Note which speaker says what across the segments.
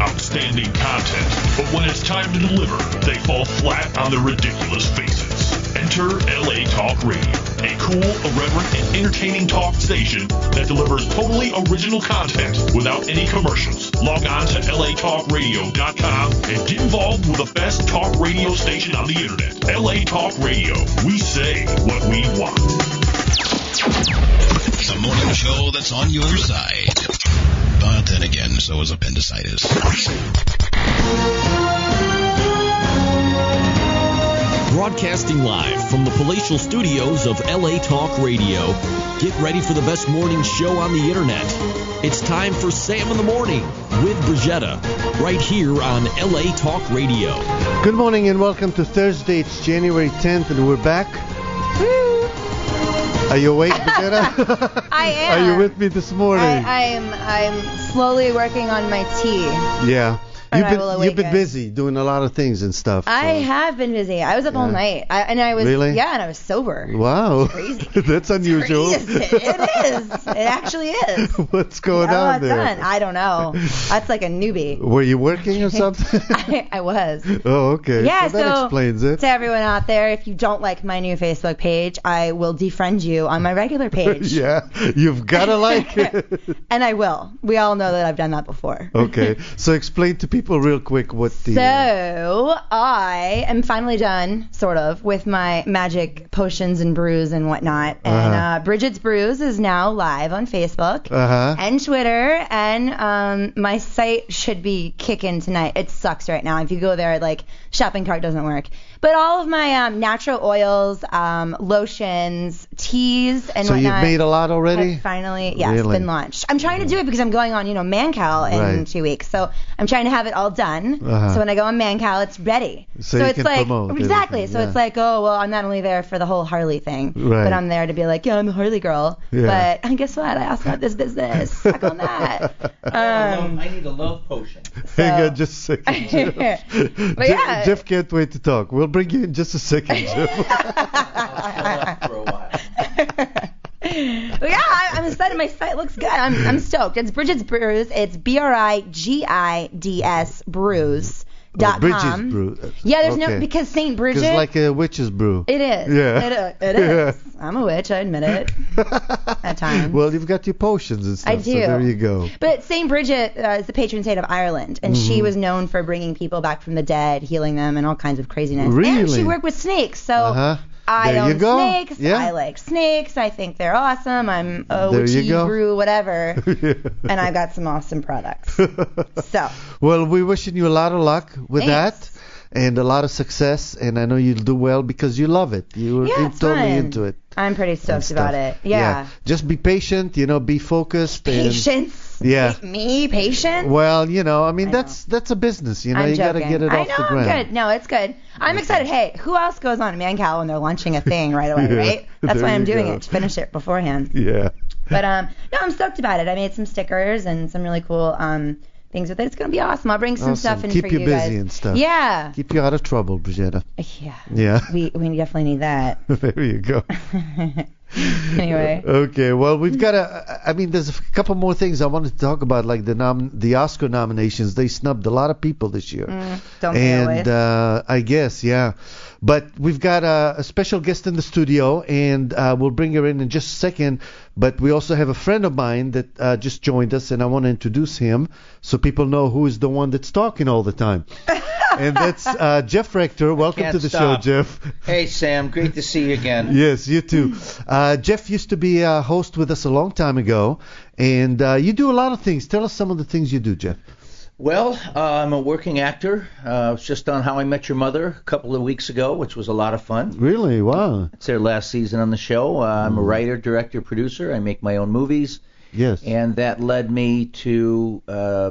Speaker 1: outstanding content, but when it's time to deliver, they fall flat on their ridiculous faces. Enter LA Talk Radio, a cool, irreverent, and entertaining talk station that delivers totally original content without any commercials. Log on to latalkradio.com and get involved with the best talk radio station on the internet. LA Talk Radio, we say what we want.
Speaker 2: The morning show that's on your side. But then again, so is appendicitis.
Speaker 3: Broadcasting live from the palatial studios of LA Talk Radio. Get ready for the best morning show on the internet. It's time for Sam in the Morning with Brigetta, right here on LA Talk Radio.
Speaker 4: Good morning and welcome to Thursday. It's January 10th and we're back. Are you awake, Brigetta?
Speaker 5: I am.
Speaker 4: Are you with me this morning?
Speaker 5: I, I am. I'm slowly working on my tea.
Speaker 4: yeah.
Speaker 5: Or
Speaker 4: You've
Speaker 5: I will
Speaker 4: been, you've been
Speaker 5: awaken.
Speaker 4: busy doing a lot of things and stuff.
Speaker 5: I have been busy. I was up all
Speaker 4: Yeah.
Speaker 5: night, I, and I was
Speaker 4: Really?
Speaker 5: yeah, and I was sober.
Speaker 4: Wow. that's unusual.
Speaker 5: Yes, it is. It actually is.
Speaker 4: What's going
Speaker 5: Oh,
Speaker 4: on
Speaker 5: I've
Speaker 4: there?
Speaker 5: done. I don't know. That's like a newbie.
Speaker 4: Were you working or something?
Speaker 5: I, I was.
Speaker 4: oh, okay.
Speaker 5: Yeah,
Speaker 4: so that
Speaker 5: so-
Speaker 4: explains it.
Speaker 5: To everyone out there, if you don't like my new Facebook page, I will defriend you on my regular page,
Speaker 4: yeah, you've got to like it.
Speaker 5: and I will. We all know that I've done that
Speaker 4: Oh,
Speaker 5: before.
Speaker 4: okay, so explain to people real quick what the.
Speaker 5: So I am finally done, sort of, with my magic potions and brews and whatnot. And uh
Speaker 4: Uh-huh.
Speaker 5: Bridget's Brews is now live on Facebook
Speaker 4: uh huh.
Speaker 5: and Twitter, and um, my site should be kicking tonight. It sucks right now. If you go there, like shopping cart doesn't work. But all of my um, natural oils, um, lotions, teas, and
Speaker 4: So you've
Speaker 5: whatnot.
Speaker 4: made a lot already.
Speaker 5: I've finally, yeah, it's
Speaker 4: Really?
Speaker 5: been launched. I'm trying to do it because I'm going on, you know, Mancal in
Speaker 4: Right.
Speaker 5: two weeks. So I'm trying to have it all done.
Speaker 4: Uh-huh.
Speaker 5: So when I go on Mancal, it's ready.
Speaker 4: So you
Speaker 5: it's
Speaker 4: can
Speaker 5: like
Speaker 4: promote
Speaker 5: exactly.
Speaker 4: everything,
Speaker 5: So
Speaker 4: yeah.
Speaker 5: it's like, oh well, I'm not only there for the whole Harley thing,
Speaker 4: Right.
Speaker 5: but I'm there to be like, yeah, I'm a Harley girl.
Speaker 4: Yeah.
Speaker 5: But guess what? I also have this business. Suck on that. Um,
Speaker 6: I need a love potion.
Speaker 4: Hang
Speaker 5: so-
Speaker 4: on just a second. Jeff. Jeff,
Speaker 5: yeah.
Speaker 4: Jeff can't wait to talk. We'll bring you in just a second, Jeff.
Speaker 6: for a while.
Speaker 5: but yeah, I, I'm excited. My site looks good. I'm, I'm stoked. It's Bridget's Brews. It's B R I G I D S Brews. Dot com.
Speaker 4: Bridges brew.
Speaker 5: Yeah, there's
Speaker 4: Oh, okay.
Speaker 5: no because Saint Bridget.
Speaker 4: It's like a witch's brew.
Speaker 5: it is.
Speaker 4: Yeah.
Speaker 5: It, it
Speaker 4: Yeah.
Speaker 5: is. I'm a witch. I admit it. At times.
Speaker 4: well, you've got your potions and stuff.
Speaker 5: I
Speaker 4: So
Speaker 5: do.
Speaker 4: there you go.
Speaker 5: But Saint Bridget uh, is the patron saint of Ireland, and
Speaker 4: Mm-hmm.
Speaker 5: she was known for bringing people back from the dead, healing them, and all kinds of craziness. And
Speaker 4: Really?
Speaker 5: she worked with snakes, so
Speaker 4: Uh-huh.
Speaker 5: I
Speaker 4: There you
Speaker 5: own
Speaker 4: go.
Speaker 5: snakes.
Speaker 4: Yeah.
Speaker 5: I like snakes. I think they're awesome. I'm a
Speaker 4: There you
Speaker 5: witchy
Speaker 4: go.
Speaker 5: brew, whatever.
Speaker 4: Yeah.
Speaker 5: and I've got some awesome products. So
Speaker 4: Well, we're wishing you a lot of luck with
Speaker 5: Thanks.
Speaker 4: that and a lot of success. And I know you'll do well because you love it. You're
Speaker 5: Yeah,
Speaker 4: in-
Speaker 5: it's
Speaker 4: totally
Speaker 5: fun.
Speaker 4: into it.
Speaker 5: I'm pretty
Speaker 4: and
Speaker 5: stoked
Speaker 4: stuff.
Speaker 5: about it. Yeah.
Speaker 4: Just be patient, you know, be focused. And,
Speaker 5: Patience.
Speaker 4: Yeah.
Speaker 5: Me, patience.
Speaker 4: well, you know, I mean,
Speaker 5: I know.
Speaker 4: that's that's a business. You know,
Speaker 5: I'm
Speaker 4: you
Speaker 5: joking.
Speaker 4: got to get it
Speaker 5: I
Speaker 4: off
Speaker 5: know,
Speaker 4: the ground.
Speaker 5: I'm good. No, it's good. I'm excited. Hey, who else goes on Mancal when they're launching a thing right away,
Speaker 4: Yeah.
Speaker 5: right? That's
Speaker 4: There
Speaker 5: why I'm
Speaker 4: you
Speaker 5: doing
Speaker 4: go.
Speaker 5: it to finish it beforehand.
Speaker 4: Yeah.
Speaker 5: But um, no, I'm stoked about it. I made some stickers and some really cool um things with it. It's gonna be awesome. I'll bring some
Speaker 4: Awesome.
Speaker 5: stuff in
Speaker 4: Keep
Speaker 5: for
Speaker 4: you
Speaker 5: you,
Speaker 4: busy
Speaker 5: guys.
Speaker 4: and stuff.
Speaker 5: Yeah.
Speaker 4: Keep you out of trouble, Brigetta.
Speaker 5: Yeah.
Speaker 4: Yeah.
Speaker 5: We we definitely need that.
Speaker 4: there you go.
Speaker 5: Anyway.
Speaker 4: Okay, well, we've got a. I mean, there's a couple more things I wanted to talk about, like the nom- the Oscar nominations. They snubbed a lot of people this year.
Speaker 6: Mm.
Speaker 5: don't be a
Speaker 4: and
Speaker 5: waste.
Speaker 4: uh, I guess, yeah. But we've got a, a special guest in the studio, and uh, we'll bring her in in just a second. But we also have a friend of mine that uh, just joined us, and I want to introduce him so people know who is the one that's talking all the time. and that's uh, Jeff Rector. Welcome
Speaker 6: can't
Speaker 4: to the show,
Speaker 6: stop.
Speaker 4: Jeff.
Speaker 6: Hey Sam, great to see you again.
Speaker 4: Yes, you too. Uh, Jeff used to be a host with us a long time ago, and uh, you do a lot of things. Tell us some of the things you do, Jeff.
Speaker 6: Well, uh, I'm a working actor. Uh, I was just on How I Met Your Mother a couple of weeks ago, which was a lot of fun.
Speaker 4: Really? Wow.
Speaker 6: It's their last season on the show. Uh, I'm a
Speaker 4: Mm-hmm.
Speaker 6: writer, director, producer. I make my own movies,
Speaker 4: Yes.
Speaker 6: and that led me to uh,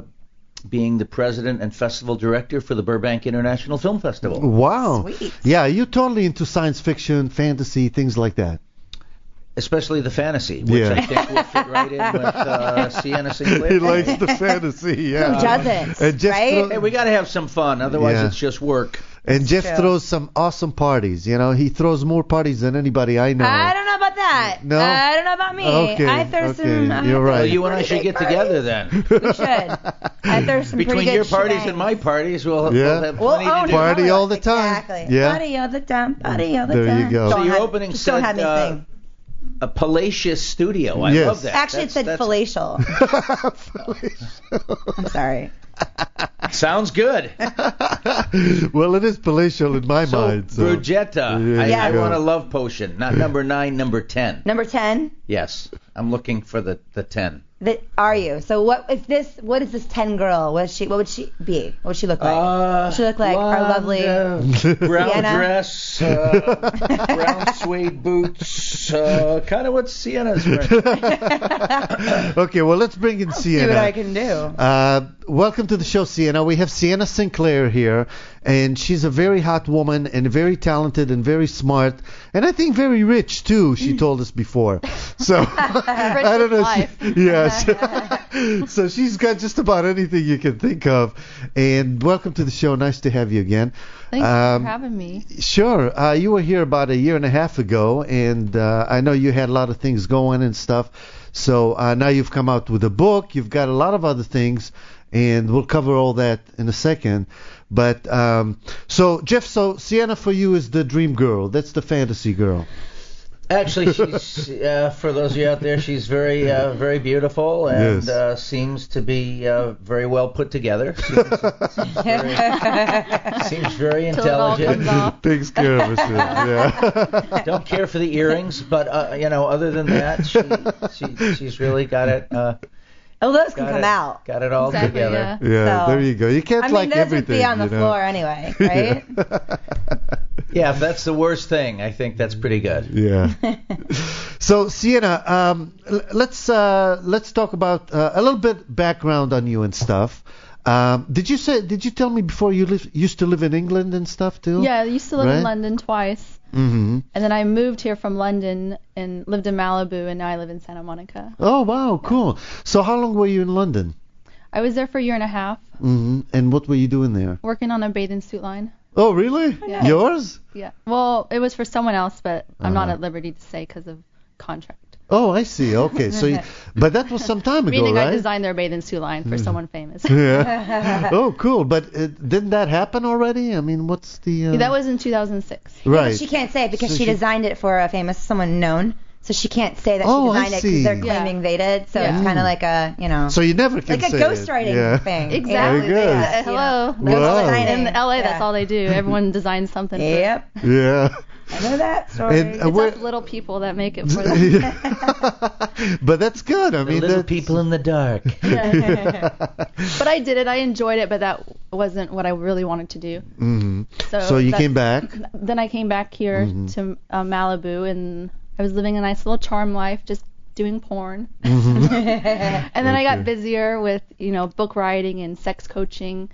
Speaker 6: being the president and festival director for the Burbank International Film Festival.
Speaker 4: wow.
Speaker 5: Sweet.
Speaker 4: Yeah, you're totally into science fiction, fantasy, things like that.
Speaker 6: especially the fantasy, which
Speaker 4: Yeah.
Speaker 6: I think will fit right in with uh, Sienna Sinclair.
Speaker 4: the fantasy. Yeah.
Speaker 5: Who doesn't?
Speaker 4: And just
Speaker 5: right?
Speaker 4: throw-
Speaker 6: Hey, we got to have some fun, otherwise
Speaker 4: Yeah.
Speaker 6: it's just work.
Speaker 4: And Jeff
Speaker 5: true.
Speaker 4: throws some awesome parties. You know, he throws more parties than anybody I know.
Speaker 5: I don't know about that. Uh,
Speaker 4: No?
Speaker 5: I don't know about me.
Speaker 4: Okay,
Speaker 5: I throw some.
Speaker 4: okay,
Speaker 5: I
Speaker 4: you're
Speaker 5: throw
Speaker 4: right.
Speaker 5: some
Speaker 6: Well, you and I
Speaker 5: pretty
Speaker 6: should
Speaker 5: good
Speaker 6: get together then.
Speaker 5: We should. I throw some pretty
Speaker 6: Between
Speaker 5: good
Speaker 6: your parties
Speaker 5: shebang.
Speaker 6: and my parties, we'll,
Speaker 4: Yeah.
Speaker 6: we'll have
Speaker 5: We'll oh,
Speaker 6: plenty
Speaker 5: own
Speaker 6: to
Speaker 5: it.
Speaker 6: do.
Speaker 4: Party all the time.
Speaker 5: Exactly.
Speaker 4: Yeah.
Speaker 5: Party all the time. Party all the
Speaker 4: There you
Speaker 5: time.
Speaker 4: go. So
Speaker 5: Don't
Speaker 4: your
Speaker 5: have-
Speaker 6: opening
Speaker 5: just
Speaker 6: said,
Speaker 5: Don't have me
Speaker 6: uh,
Speaker 5: sing.
Speaker 6: A palatial studio. I
Speaker 4: Yes.
Speaker 6: love that.
Speaker 5: Actually, it said
Speaker 6: That's- that's-
Speaker 5: fallacial. I'm sorry.
Speaker 6: Sounds good.
Speaker 4: well, it is palatial in my
Speaker 6: So,
Speaker 4: mind. So.
Speaker 6: Brugetta, I,
Speaker 4: Yeah.
Speaker 6: I
Speaker 5: Yeah.
Speaker 6: want a love potion. Not number nine, number ten.
Speaker 5: Number ten.
Speaker 6: Yes, I'm looking for the the ten.
Speaker 5: That are you? So what is this? What is this ten girl? What is she? What would she be? What would she look like?
Speaker 6: Uh,
Speaker 5: she look like our lovely.
Speaker 6: brown
Speaker 5: Sienna?
Speaker 6: dress, uh, brown suede boots, uh, kind of what Sienna's wearing.
Speaker 4: okay, well, let's bring in
Speaker 5: See
Speaker 4: Sienna.
Speaker 5: what I can do.
Speaker 4: Uh, welcome to the show, Sienna. We have Sienna Sinclair here, and she's a very hot woman and very talented and very smart, and I think very rich too. She told us before. So I don't know. She, yes. so she's got just about anything you can think of. And welcome to the show. Nice to have you again.
Speaker 7: Thanks
Speaker 4: Um,
Speaker 7: for having me.
Speaker 4: Sure. Uh, you were here about a year and a half ago, and uh, I know you had a lot of things going and stuff. So uh, now you've come out with a book. You've got a lot of other things, and we'll cover all that in a second. But um, so Jeff, so Sienna for you is the dream girl. That's the fantasy girl.
Speaker 6: Actually, she's uh, for those of you out there, she's very uh, very beautiful and
Speaker 4: Yes.
Speaker 6: uh, seems to be uh, very well put together. Seems, very, seems very
Speaker 7: Till it all comes
Speaker 6: intelligent.
Speaker 7: off.
Speaker 4: Takes care of herself. Yeah.
Speaker 6: Don't care for the earrings, but uh, you know, other than that, she, she she's really got it. Uh,
Speaker 5: Oh, those can
Speaker 6: got
Speaker 5: come
Speaker 6: it,
Speaker 5: out.
Speaker 6: Got it all
Speaker 7: Exactly,
Speaker 6: together.
Speaker 7: yeah.
Speaker 4: yeah.
Speaker 5: So-
Speaker 4: there you go. You can't
Speaker 5: I mean,
Speaker 4: like
Speaker 5: those
Speaker 4: everything.
Speaker 5: would be on the
Speaker 4: you know?
Speaker 5: floor anyway, right?
Speaker 6: Yeah, if that's the worst thing, I think that's pretty good.
Speaker 4: Yeah. so Sienna, um, l- let's uh, let's talk about uh, a little bit background on you and stuff. Um, did you say? Did you tell me before you live, used to live in England and stuff too?
Speaker 7: Yeah, I used to live
Speaker 4: Right?
Speaker 7: in London twice,
Speaker 4: hmm
Speaker 7: and then I moved here from London and lived in Malibu, and now I live in Santa Monica.
Speaker 4: Oh wow, cool. So how long were you in London?
Speaker 7: I was there for a year and a half,
Speaker 4: hmm And what were you doing there?
Speaker 7: working on a bathing suit line.
Speaker 4: Oh really?
Speaker 7: Yeah.
Speaker 4: Yours?
Speaker 7: Yeah. Well, it was for someone else, but I'm not
Speaker 4: Uh-huh.
Speaker 7: at liberty to say because of contract.
Speaker 4: Oh, I see. Okay. So, you, but that was some time ago,
Speaker 7: Meaning
Speaker 4: right? Hmm.
Speaker 7: I designed their bathing suit line for someone famous.
Speaker 4: yeah. oh, cool. But uh didn't that happen already? I mean, what's the? Uh,
Speaker 7: that was in 2006.
Speaker 4: right.
Speaker 5: She can't say it because
Speaker 4: So
Speaker 5: she,
Speaker 4: she-
Speaker 5: designed it for a famous someone known. So she can't say that
Speaker 4: Oh, I
Speaker 5: she designed it
Speaker 4: see. Mm.
Speaker 5: because they're
Speaker 7: Yeah.
Speaker 5: claiming they did. So
Speaker 7: Yeah.
Speaker 5: it's kind of like a, you know,
Speaker 4: So you never can
Speaker 5: like a
Speaker 4: say
Speaker 5: ghostwriting
Speaker 4: it. Yeah.
Speaker 5: thing. you know?
Speaker 7: Exactly.
Speaker 4: Very good.
Speaker 7: Yeah, Hello.
Speaker 4: Wow.
Speaker 5: Ghostwriting.
Speaker 7: In LA,
Speaker 5: Yeah.
Speaker 7: that's all they do. Everyone designs something. for-
Speaker 5: Yep.
Speaker 4: Yeah.
Speaker 5: I know that story.
Speaker 4: And, uh,
Speaker 7: It's
Speaker 4: where-
Speaker 7: us little people that make it for them.
Speaker 4: Yeah. but that's good. I
Speaker 6: The
Speaker 4: mean,
Speaker 6: little
Speaker 4: that's-
Speaker 6: people in the dark.
Speaker 7: But I did it. I enjoyed it, but that wasn't what I really wanted to do.
Speaker 4: Mhm.
Speaker 7: So,
Speaker 4: So you
Speaker 7: that's-
Speaker 4: came back.
Speaker 7: Then I came back here to uh, Malibu, and I was living a nice little charm life, just doing porn. and then I got busier with, you know, book writing and sex coaching,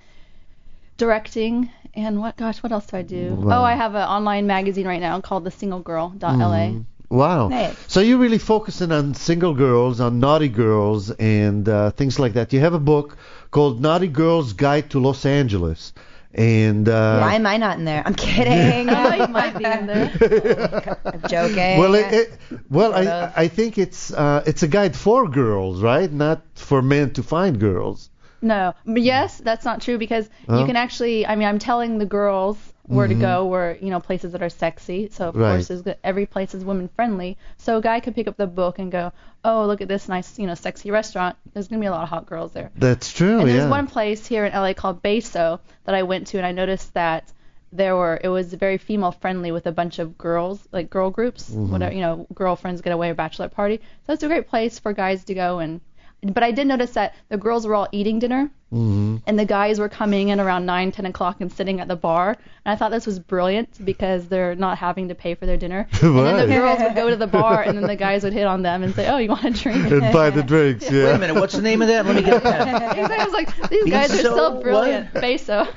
Speaker 7: directing, and what? Gosh, what else do I do?
Speaker 4: Wow.
Speaker 7: Oh, I have an online magazine right now called TheSingleGirl.LA.
Speaker 4: Wow.
Speaker 5: Nice.
Speaker 4: So you're really focusing on single girls, on naughty girls, and uh, things like that. You have a book called Naughty Girls Guide to Los Angeles, and uh,
Speaker 5: Why am I not in there? I'm kidding.
Speaker 7: Oh, you might be in there.
Speaker 5: I'm joking.
Speaker 4: well, it, it, well,
Speaker 5: Sort of.
Speaker 4: I, I think it's uh, it's a guide for girls, right? Not for men to find girls.
Speaker 7: No, but yes, that's not true because
Speaker 4: Oh.
Speaker 7: you can actually. I mean, I'm telling the girls where to go, where you know places that are sexy. So of
Speaker 4: Right.
Speaker 7: course, there's, go- every place is women friendly. So a guy could pick up the book and go, oh, look at this nice, you know, sexy restaurant. There's gonna be a lot of hot girls there.
Speaker 4: That's true.
Speaker 7: And
Speaker 4: Oh, yeah.
Speaker 7: there's one place here in LA called Beso that I went to, and I noticed that there were it was very female friendly with a bunch of girls, like girl groups, whatever you know, girlfriends get away or bachelorette party. So it's a great place for guys to go and. But I did notice that the girls were all eating dinner, and the guys were coming in around 9, 10 o'clock and sitting at the bar. And I thought this was brilliant because they're not having to pay for their dinner. And then
Speaker 4: Right.
Speaker 7: the girls would go to the bar, and then the guys would hit on them and say, "Oh, you want a drink?"
Speaker 4: and buy the drinks. Yeah.
Speaker 6: Wait a minute, what's the name of that? Let me get that.
Speaker 7: I was like, these guys are
Speaker 6: so
Speaker 7: so
Speaker 6: what?
Speaker 7: brilliant. Beso.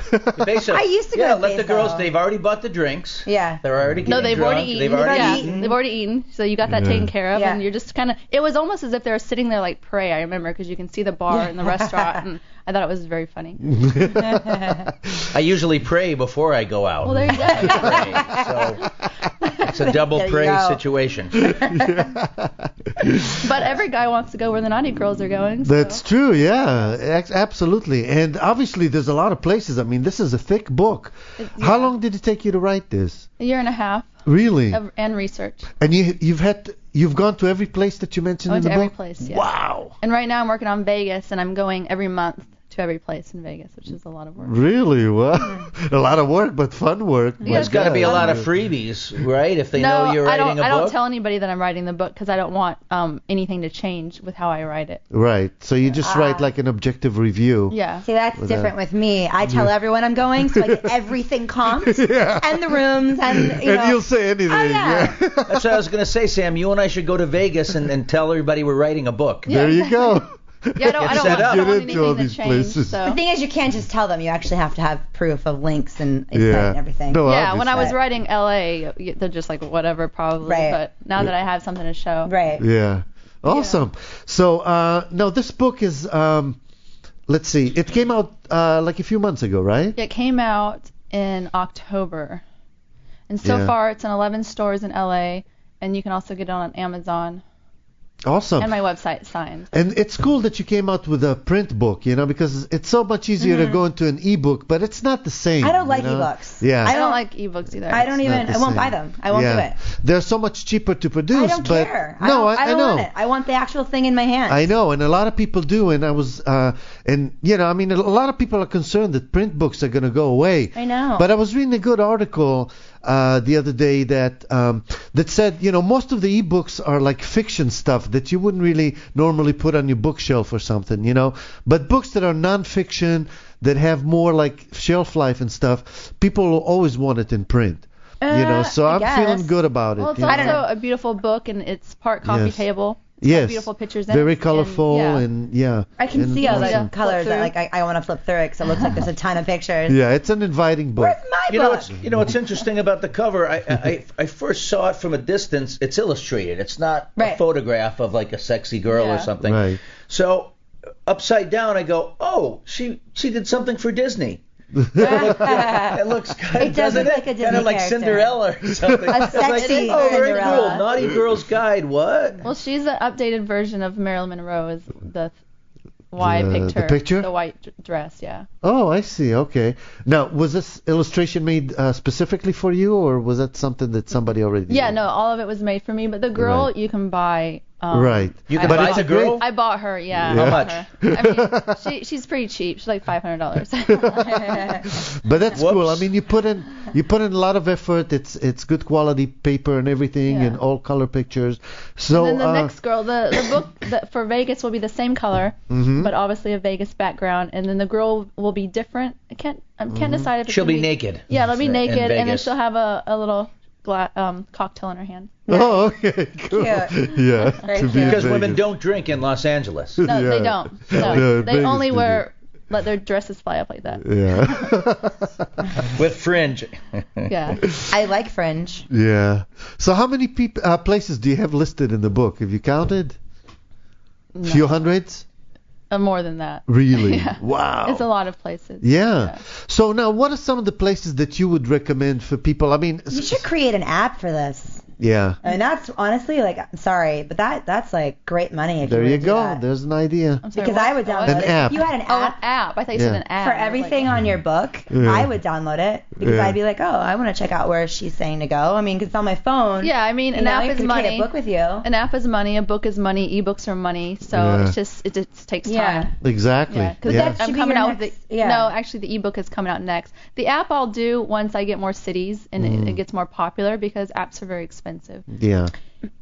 Speaker 6: Beso.
Speaker 5: I used to go
Speaker 6: Yeah,
Speaker 5: to
Speaker 6: let the
Speaker 5: Beso.
Speaker 6: girls. They've already bought the drinks.
Speaker 5: Yeah.
Speaker 6: They're already getting
Speaker 7: No, they've
Speaker 6: drunk.
Speaker 7: already eaten.
Speaker 6: They've already
Speaker 7: yeah,
Speaker 6: eaten.
Speaker 7: they've already eaten. So you got that taken care of,
Speaker 5: Yeah.
Speaker 7: and you're just kind of. It was almost as if they were sitting there like prey. I remember because you can see the bar and the restaurant, and I thought it was very funny. Well,
Speaker 6: I usually pray before I go out.
Speaker 7: there you go.
Speaker 6: Pray. So It's a double
Speaker 5: There you
Speaker 6: prey
Speaker 5: go.
Speaker 6: situation.
Speaker 7: But every guy wants to go where the naughty girls are going. So.
Speaker 4: That's true, yeah, Ex- absolutely. And obviously, there's a lot of places. I mean, this is a thick book.
Speaker 7: Uh,
Speaker 4: How long did it take you to write this?
Speaker 7: a year and a half
Speaker 4: Really?
Speaker 7: of, and research.
Speaker 4: And you, you've had, you've gone to every place that you mentioned
Speaker 7: I
Speaker 4: in
Speaker 7: went
Speaker 4: the
Speaker 7: to every
Speaker 4: book.
Speaker 7: place. Yeah.
Speaker 4: Wow.
Speaker 7: And right now I'm working on Vegas, and I'm going every month to every place in Vegas, which is a lot of work.
Speaker 4: Really? Wow.
Speaker 7: Mm-hmm.
Speaker 4: a lot of work, but fun work. My
Speaker 6: There's got to be a
Speaker 4: God.
Speaker 6: lot of freebies, right? If they
Speaker 7: No,
Speaker 6: know you're
Speaker 7: I
Speaker 6: writing
Speaker 7: don't.
Speaker 6: a
Speaker 7: I
Speaker 6: book.
Speaker 7: don't tell anybody that I'm writing the book because I don't want um, anything to change with how I write it.
Speaker 4: Right. So you just write like an objective review.
Speaker 7: Yeah.
Speaker 5: See, that's
Speaker 4: uh,
Speaker 5: different with me. I tell everyone I'm going, so I get everything comped and the rooms and you
Speaker 4: And
Speaker 5: know.
Speaker 4: you'll say anything.
Speaker 5: oh
Speaker 7: Ah,
Speaker 5: yeah.
Speaker 6: That's what I was going to say, Sam. You and I should go to Vegas and, and tell everybody we're writing a book.
Speaker 4: There you go.
Speaker 7: Yeah, I don't, I don't
Speaker 6: Set
Speaker 7: want, I
Speaker 6: up.
Speaker 7: don't want
Speaker 4: Get into all
Speaker 7: anything to
Speaker 4: these
Speaker 7: change.
Speaker 4: places.
Speaker 7: So.
Speaker 5: the thing is, you can't just tell them. You actually have to have proof of links and, and
Speaker 4: yeah.
Speaker 5: everything.
Speaker 4: No,
Speaker 7: Yeah, when I was
Speaker 5: Right.
Speaker 7: writing LA, y- they're just like whatever probably.
Speaker 5: Right.
Speaker 7: But now that I have something to show,
Speaker 5: Right.
Speaker 4: Yeah. Awesome. So uh, no, this book is. Um, let's see. It came out uh, like a few months ago, right?
Speaker 7: it came out in October, and so
Speaker 4: Yeah.
Speaker 7: far it's in 11 stores in LA, and you can also get it on Amazon
Speaker 4: Awesome.
Speaker 7: and my website signed.
Speaker 4: And it's cool that you came out with a print book, you know, because it's so much easier to go into an e-book, but it's not the same.
Speaker 5: Mm-hmm. I don't like
Speaker 4: you know?
Speaker 5: ebooks.
Speaker 4: Yeah.
Speaker 5: I
Speaker 7: I
Speaker 5: don't
Speaker 7: don't
Speaker 5: like.
Speaker 7: like ebooks either.
Speaker 5: I don't even.
Speaker 4: the
Speaker 5: I won't
Speaker 4: same.
Speaker 5: buy them. I won't
Speaker 4: yeah.
Speaker 5: do it.
Speaker 4: They're so much cheaper to produce.
Speaker 5: I don't
Speaker 4: but
Speaker 5: care. I
Speaker 4: No,
Speaker 5: don't, I don't
Speaker 4: know.
Speaker 5: want it. I want the actual thing in my hand.
Speaker 4: I know, and a lot of people do, and I was, uh, and you know, I mean, a lot of people are concerned that print books are going to go away.
Speaker 7: I know.
Speaker 4: But I was reading a good article uh, the other day that um, that said, you know, most of the e-books are like fiction stuff that you wouldn't really normally put on your bookshelf or something, you know. But books that are non-fiction that have more like shelf life and stuff, people will always want it in print. you know,
Speaker 7: Uh,
Speaker 4: so
Speaker 7: I
Speaker 4: I'm feeling
Speaker 7: guess.
Speaker 4: good about it.
Speaker 7: Well, it's
Speaker 4: you know?
Speaker 7: also a beautiful book, and it's part coffee
Speaker 4: Yes.
Speaker 7: table. It's got
Speaker 4: yes,
Speaker 7: beautiful pictures. in it,
Speaker 4: very
Speaker 7: and-
Speaker 4: colorful
Speaker 7: yeah.
Speaker 4: and yeah.
Speaker 5: I can
Speaker 4: and
Speaker 5: see all
Speaker 7: Yeah.
Speaker 5: the
Speaker 7: Flip
Speaker 5: colors. That,
Speaker 7: through.
Speaker 5: like I, I want to flip through it because it looks like there's a ton of pictures.
Speaker 4: Yeah, it's an inviting book.
Speaker 5: Where's my
Speaker 6: You know,
Speaker 5: book?
Speaker 6: what's, you know what's interesting about the cover? I, I I- I first saw it from a distance. It's illustrated. It's not
Speaker 5: Right.
Speaker 6: a photograph of like a sexy girl or
Speaker 7: Yeah.
Speaker 6: something.
Speaker 4: Right.
Speaker 6: So upside down, I go, oh, she she did something for Disney. it looks kind of
Speaker 5: Uh, It does look like a
Speaker 6: kind
Speaker 5: Disney
Speaker 6: of like
Speaker 5: character.
Speaker 6: Cinderella or something.
Speaker 5: A
Speaker 6: It's like,
Speaker 5: sexy
Speaker 6: oh, very
Speaker 5: Cinderella.
Speaker 6: cool. Naughty Girl's Guide. What?
Speaker 7: Well, she's the updated version of Marilyn Monroe. Is the why
Speaker 4: The-
Speaker 7: I picked
Speaker 4: the
Speaker 7: her.
Speaker 4: picture?
Speaker 7: The white d- dress. Yeah.
Speaker 4: Oh, I see. Okay. Now, was this illustration made uh, specifically for you, or was that something that somebody already?
Speaker 7: Yeah.
Speaker 4: did?
Speaker 7: No, all of it was made for me, but the girl
Speaker 4: Right.
Speaker 7: you can buy. Um,
Speaker 4: Right.
Speaker 6: You can
Speaker 7: I
Speaker 6: buy
Speaker 7: bought-
Speaker 6: the girl.
Speaker 7: I bought her. Yeah.
Speaker 4: How
Speaker 7: I bought
Speaker 6: much?
Speaker 7: Her. I mean, she, she's pretty cheap. She's like five hundred dollars.
Speaker 4: Oh, But that's cool. I
Speaker 6: Whoops.
Speaker 4: mean, you put in you put in a lot of effort. It's it's good quality paper and everything,
Speaker 7: Yeah.
Speaker 4: and all color pictures. So
Speaker 7: then the
Speaker 4: uh,
Speaker 7: next girl, the, the book that for Vegas will be the same color,
Speaker 4: Mm-hmm.
Speaker 7: but obviously a Vegas background, and then the girl will be different. I can't I can't
Speaker 4: Mm-hmm.
Speaker 7: decide if it's
Speaker 6: She'll
Speaker 7: gonna
Speaker 6: be naked.
Speaker 7: Yeah, it'll be
Speaker 6: In
Speaker 7: naked, and then
Speaker 6: Vegas.
Speaker 7: she'll have a, a little gla- um, cocktail in her hand.
Speaker 4: oh, okay, cool.
Speaker 5: Cute.
Speaker 4: Yeah,
Speaker 5: Very
Speaker 4: to be
Speaker 5: cute.
Speaker 4: in
Speaker 6: Because women
Speaker 4: Vegas.
Speaker 6: don't drink in Los Angeles.
Speaker 7: No,
Speaker 4: Yeah.
Speaker 7: they don't. No,
Speaker 4: Yeah,
Speaker 7: they
Speaker 4: Vegas
Speaker 7: only
Speaker 4: they
Speaker 7: wear let their dresses fly up like that.
Speaker 4: Yeah,
Speaker 6: with fringe.
Speaker 7: Yeah,
Speaker 5: I like fringe.
Speaker 4: yeah. So how many peop- uh, places do you have listed in the book? Have you counted? Few hundreds?
Speaker 7: Uh, more than that.
Speaker 4: Really? Wow.
Speaker 7: It's a lot of places.
Speaker 4: Yeah. So now, what are some of the places that you would recommend for people? I mean,
Speaker 5: You
Speaker 4: s-
Speaker 5: should create an app for this.
Speaker 4: yeah.
Speaker 5: I mean, that's honestly like, I'm sorry, but that that's like great money. If
Speaker 4: There
Speaker 5: you,
Speaker 4: you
Speaker 5: were to do
Speaker 4: go.
Speaker 5: that.
Speaker 4: There's an idea.
Speaker 7: I'm sorry,
Speaker 5: Because
Speaker 7: what-
Speaker 5: I would download
Speaker 4: An
Speaker 5: it.
Speaker 4: app.
Speaker 5: If you had an
Speaker 7: Oh, an
Speaker 5: app
Speaker 7: app. I thought you
Speaker 4: Yeah.
Speaker 7: said an app.
Speaker 5: for
Speaker 7: I was like,
Speaker 5: everything on your book,
Speaker 4: Yeah.
Speaker 5: I would download it because
Speaker 4: Yeah.
Speaker 5: I'd be like, oh, I want to check out where she's saying to go. I mean, 'cause it's on my phone.
Speaker 7: yeah, I mean,
Speaker 5: You
Speaker 7: an
Speaker 5: know,
Speaker 7: app
Speaker 5: you
Speaker 7: is
Speaker 5: could create
Speaker 7: money.
Speaker 5: a book with you.
Speaker 7: An app is money. A book is money. Ebooks are money. So
Speaker 4: Yeah.
Speaker 7: it's just it just takes
Speaker 5: Yeah.
Speaker 7: time.
Speaker 4: Exactly.
Speaker 7: Yeah, because
Speaker 5: that should
Speaker 7: I'm
Speaker 5: be
Speaker 7: coming
Speaker 5: your next-
Speaker 7: out with the
Speaker 5: yeah.
Speaker 7: no. Actually, the ebook is coming out next. The app I'll do once I get more cities and it, it
Speaker 4: Mm.
Speaker 7: gets more popular because apps are very expensive.
Speaker 4: Yeah.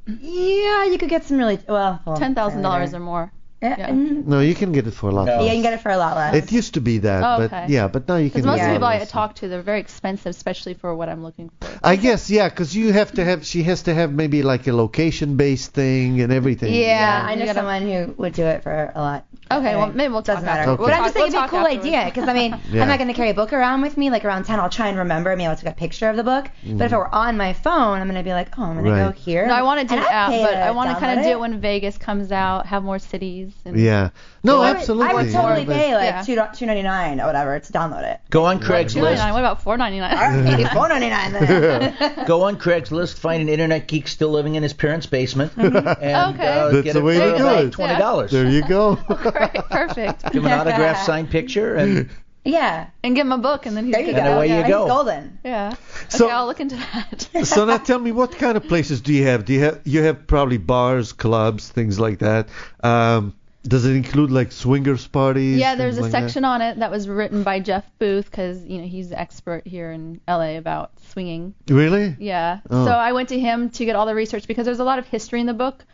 Speaker 5: Yeah, you could get some really well. well
Speaker 7: Ten thousand dollars or more.
Speaker 5: Yeah.
Speaker 7: yeah.
Speaker 5: mm,
Speaker 4: No, you can get it for a lot.
Speaker 6: No.
Speaker 5: yeah, you
Speaker 4: less.
Speaker 5: can get it for a lot less.
Speaker 4: It used to be that,
Speaker 7: Oh,
Speaker 4: but
Speaker 7: okay.
Speaker 4: yeah, but now you can.
Speaker 7: Because most
Speaker 4: get
Speaker 5: Yeah.
Speaker 4: it
Speaker 7: people
Speaker 4: for
Speaker 7: I
Speaker 4: less.
Speaker 7: talk to, they're very expensive, especially for what I'm looking for.
Speaker 4: I guess yeah, because you have to have. She has to have maybe like a location-based thing and everything.
Speaker 5: yeah, I
Speaker 7: you
Speaker 5: know
Speaker 7: gotta-
Speaker 5: someone who would do it for a lot
Speaker 7: Okay, well, maybe we'll talk
Speaker 5: Doesn't
Speaker 7: after.
Speaker 5: matter.
Speaker 4: Okay.
Speaker 7: We'll
Speaker 5: But I'm
Speaker 7: talk-
Speaker 5: just thinking it'd
Speaker 7: we'll
Speaker 5: be a
Speaker 7: talk
Speaker 5: cool
Speaker 7: afterwards.
Speaker 5: idea because I mean,
Speaker 4: Yeah.
Speaker 5: I'm not going to carry a book around with me. Like around town, I'll try and remember. I mean, I'll take a picture of the book. But if it were on my phone, I'm going to be like, oh, I'm going to
Speaker 4: Mm. Right.
Speaker 5: go here.
Speaker 7: No, I want to do
Speaker 5: And
Speaker 7: it
Speaker 5: I'll
Speaker 7: out,
Speaker 5: pay
Speaker 7: but I want to kind
Speaker 5: download
Speaker 7: of do it when Vegas comes out, have more cities. And
Speaker 4: Yeah. No,
Speaker 5: I would-
Speaker 4: Oh, absolutely.
Speaker 5: I would totally
Speaker 4: But-
Speaker 5: pay like
Speaker 7: Yeah.
Speaker 5: two two ninety nine or whatever to download it.
Speaker 6: Go on
Speaker 7: Two ninety
Speaker 6: Craigslist.
Speaker 7: nine. What about four ninety nine?
Speaker 5: Maybe four ninety nine then.
Speaker 6: Go on Craigslist, find an internet geek still living in his parents' basement,
Speaker 5: Mm-hmm.
Speaker 6: and uh,
Speaker 7: That's
Speaker 6: get
Speaker 4: the
Speaker 6: it
Speaker 4: way
Speaker 6: for
Speaker 4: to do
Speaker 6: about
Speaker 4: it.
Speaker 6: Twenty dollars.
Speaker 4: There you go.
Speaker 7: Right, perfect.
Speaker 6: Give him an autograph, signed picture, and
Speaker 5: yeah.
Speaker 7: and give him a book, and then he's
Speaker 5: There you
Speaker 7: good
Speaker 5: go.
Speaker 7: to go.
Speaker 6: away you
Speaker 5: yeah,
Speaker 6: go.
Speaker 5: He's golden.
Speaker 7: Yeah. Okay,
Speaker 4: So-
Speaker 7: I'll look into that.
Speaker 4: so now tell me, what kind of places do you have? Do you have you have probably bars, clubs, things like that? Um, does it include like swingers parties?
Speaker 7: Yeah, there's a
Speaker 4: things like that?
Speaker 7: section on it that was written by Jeff Booth because you know he's the expert here in LA about swinging.
Speaker 4: Really?
Speaker 7: Yeah.
Speaker 4: Oh.
Speaker 7: So I went to him to get all the research because there's a lot of history in the book.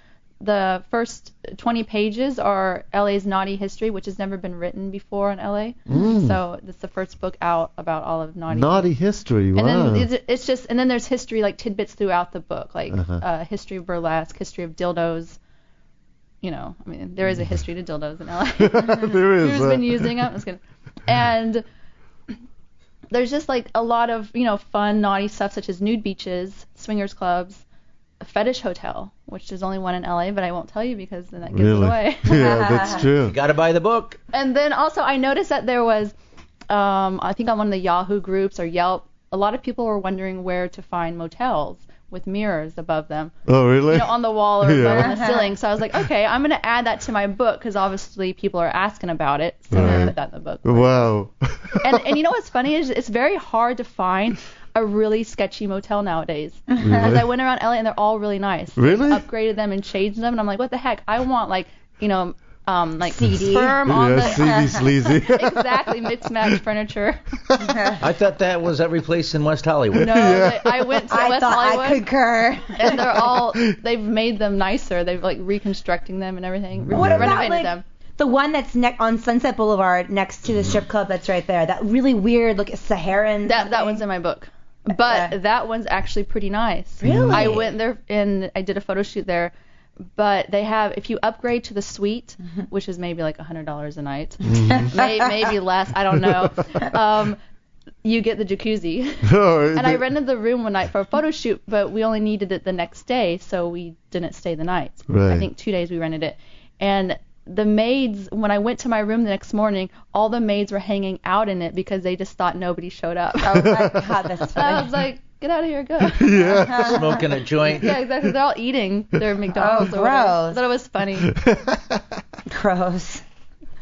Speaker 7: The first 20 pages are LA's naughty history, which has never been written before in LA.
Speaker 4: Mm.
Speaker 7: So it's the first book out about all of naughty.
Speaker 4: Naughty history.
Speaker 7: And
Speaker 4: wow.
Speaker 7: then it's- it's just and then there's history like tidbits throughout the book, like
Speaker 4: Uh-huh.
Speaker 7: uh history of burlesque, history of dildos. You know, I mean, there is a history to dildos in LA.
Speaker 4: there is.
Speaker 7: who's
Speaker 4: uh,
Speaker 7: been using them. I'm just kidding. And there's just like a lot of you know fun naughty stuff such as nude beaches, swingers clubs, a fetish hotel, which there's only one in LA, but I won't tell you because then that gives
Speaker 4: really?
Speaker 7: it away.
Speaker 4: yeah, that's true.
Speaker 6: got to buy the book.
Speaker 7: and then also I noticed that there was, um, I think on one of the Yahoo groups or Yelp, a lot of people were wondering where to find motels with mirrors above them
Speaker 4: Oh, really?
Speaker 7: you know, on the wall or
Speaker 4: Yeah.
Speaker 7: above on the ceiling. So I was like, okay, I'm gonna add that to my book because obviously people are asking about it, so
Speaker 4: Right.
Speaker 7: I put that in the book.
Speaker 4: Wow.
Speaker 7: And and you know what's funny is it's very hard to find a really sketchy motel nowadays. As I went around LA and they're all really nice. They've
Speaker 4: Really?
Speaker 7: upgraded them and changed them, and I'm like, what the heck? I want like you know. Um, like
Speaker 5: CD.
Speaker 7: firm on
Speaker 4: yeah,
Speaker 7: the
Speaker 4: CD sleazy.
Speaker 7: exactly mixed match furniture.
Speaker 6: I thought that was every place in West Hollywood.
Speaker 7: No, but I went to
Speaker 5: I
Speaker 7: West
Speaker 5: thought
Speaker 7: Hollywood.
Speaker 5: I concur.
Speaker 7: and they're all they've made them nicer. They've like reconstructing them and everything, re-
Speaker 5: What about,
Speaker 7: renovated
Speaker 5: like-
Speaker 7: them.
Speaker 5: The one that's ne- on Sunset Boulevard next to the strip club that's right there. That really weird, look, Saharan.
Speaker 7: That that one's in my book, but
Speaker 5: Yeah.
Speaker 7: that one's actually pretty nice.
Speaker 5: Really?
Speaker 7: I went there and I did a photo shoot there. But they have, if you upgrade to the suite,
Speaker 5: Mm-hmm.
Speaker 7: which is maybe like $100 a night, may, maybe less, I don't know, um, you get the jacuzzi. And I rented the room one night for a photo shoot, but we only needed it the next day, so we didn't stay the night.
Speaker 4: Right.
Speaker 7: I think two days we rented it. And the maids, when I went to my room the next morning, all the maids were hanging out in it because they just thought nobody showed up.
Speaker 5: Oh my God, that's
Speaker 7: I
Speaker 5: funny.
Speaker 7: was like, get out of here, go.
Speaker 6: Smoking a joint.
Speaker 7: yeah, exactly. They're all eating their McDonald's.
Speaker 5: Oh,
Speaker 7: or whatever.
Speaker 5: gross.
Speaker 7: I thought it was funny.
Speaker 5: Gross.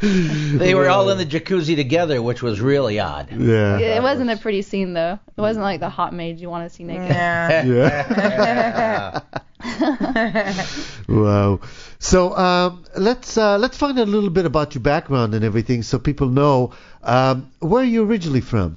Speaker 6: They were all in the jacuzzi together, which was really odd.
Speaker 4: yeah.
Speaker 7: It wasn't a pretty scene, though. It wasn't like the hot maid you want to see naked.
Speaker 5: Yeah.
Speaker 4: Wow. So um, let's uh, let's find out a little bit about your background and everything, so people know um, where you're originally from.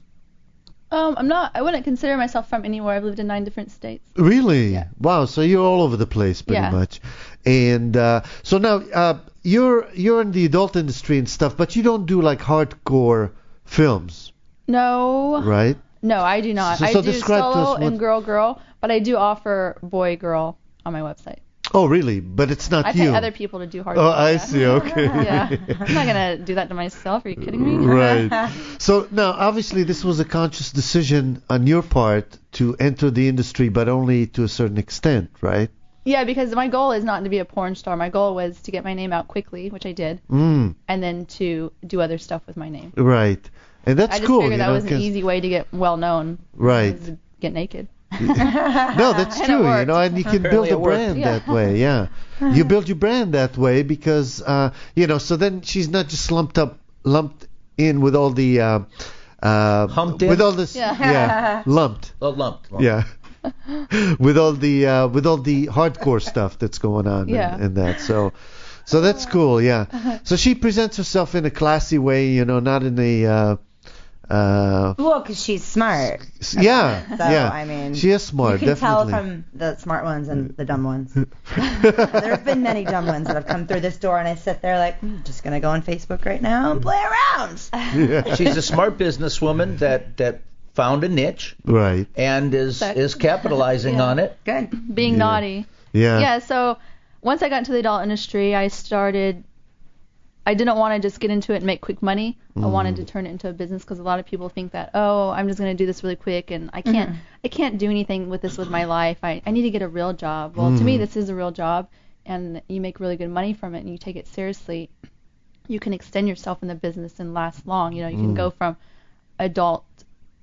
Speaker 7: Um, I'm not, I wouldn't consider myself from anywhere. I've lived in nine different states.
Speaker 4: Really? Wow. So you're all over the place, pretty
Speaker 7: Yeah.
Speaker 4: much. And uh, so now uh, you're you're in the adult industry and stuff, but you don't do like hardcore films,
Speaker 7: No.
Speaker 4: right?
Speaker 7: No, I do not.
Speaker 4: So-
Speaker 7: I
Speaker 4: so
Speaker 7: do
Speaker 4: describe to us
Speaker 7: solo
Speaker 4: what-
Speaker 7: and girl girl, but I do offer boy girl on my website.
Speaker 4: Oh, really? But it's not
Speaker 7: I
Speaker 4: you.
Speaker 7: pay other people to do hard.
Speaker 4: oh,
Speaker 7: work,
Speaker 4: I
Speaker 7: yeah.
Speaker 4: see. Okay.
Speaker 7: Yeah, I'm not gonna do that to myself. Are you kidding me?
Speaker 4: right. So now, obviously, this was a conscious decision on your part to enter the industry, but only to a certain extent, right?
Speaker 7: Yeah, because my goal is not to be a porn star. My goal was to get my name out quickly, which I did,
Speaker 4: Mm,
Speaker 7: and then to do other stuff with my name.
Speaker 4: right. And that's
Speaker 7: I just
Speaker 4: cool.
Speaker 7: figured
Speaker 4: you
Speaker 7: that
Speaker 4: know,
Speaker 7: was an
Speaker 4: 'cause-
Speaker 7: easy way to get well known.
Speaker 4: Right.
Speaker 7: was to Get naked.
Speaker 4: No, that's
Speaker 7: And it
Speaker 4: true. You
Speaker 7: worked.
Speaker 4: know, and you can build
Speaker 6: Apparently
Speaker 4: a
Speaker 6: it worked.
Speaker 4: brand
Speaker 7: Yeah.
Speaker 4: that way. Yeah, you build your brand that way because uh, you know. So then she's not just lumped up, lumped in with all the. Uh, uh,
Speaker 6: Humped
Speaker 4: with
Speaker 6: in?
Speaker 4: all this, yeah,
Speaker 7: Yeah.
Speaker 4: lumped,
Speaker 6: Oh, lumped. lumped.
Speaker 4: yeah, with all the uh, with all the hardcore stuff that's going on,
Speaker 7: Yeah.
Speaker 4: and, and that. So, so that's cool, yeah. So she presents herself in a classy way, you know, not in a, uh, uh,
Speaker 5: Well, 'cause she's smart.
Speaker 4: s- yeah,
Speaker 5: So,
Speaker 4: yeah.
Speaker 5: I mean,
Speaker 4: she is smart,
Speaker 5: You can
Speaker 4: definitely.
Speaker 5: tell from the smart ones and the dumb ones. there have been many dumb ones that have come through this door, and I sit there like, "Hmm, just gonna go on Facebook right now and play around.
Speaker 6: She's a smart businesswoman that that found a niche
Speaker 4: right?
Speaker 6: and is
Speaker 7: Sex.
Speaker 6: is capitalizing on it.
Speaker 5: Good.
Speaker 7: Being naughty.
Speaker 4: Yeah.
Speaker 7: yeah so once i got into the adult industry i started I didn't want to just get into it and make quick money. I wanted to turn it into a business because a lot of people think that oh I'm just going to do this really quick and I can't I can't do anything with this with my life. I, I need to get a real job. Well, to me this is a real job and you make really good money from it and you take it seriously. You can extend yourself in the business and last long. You know you can go from adult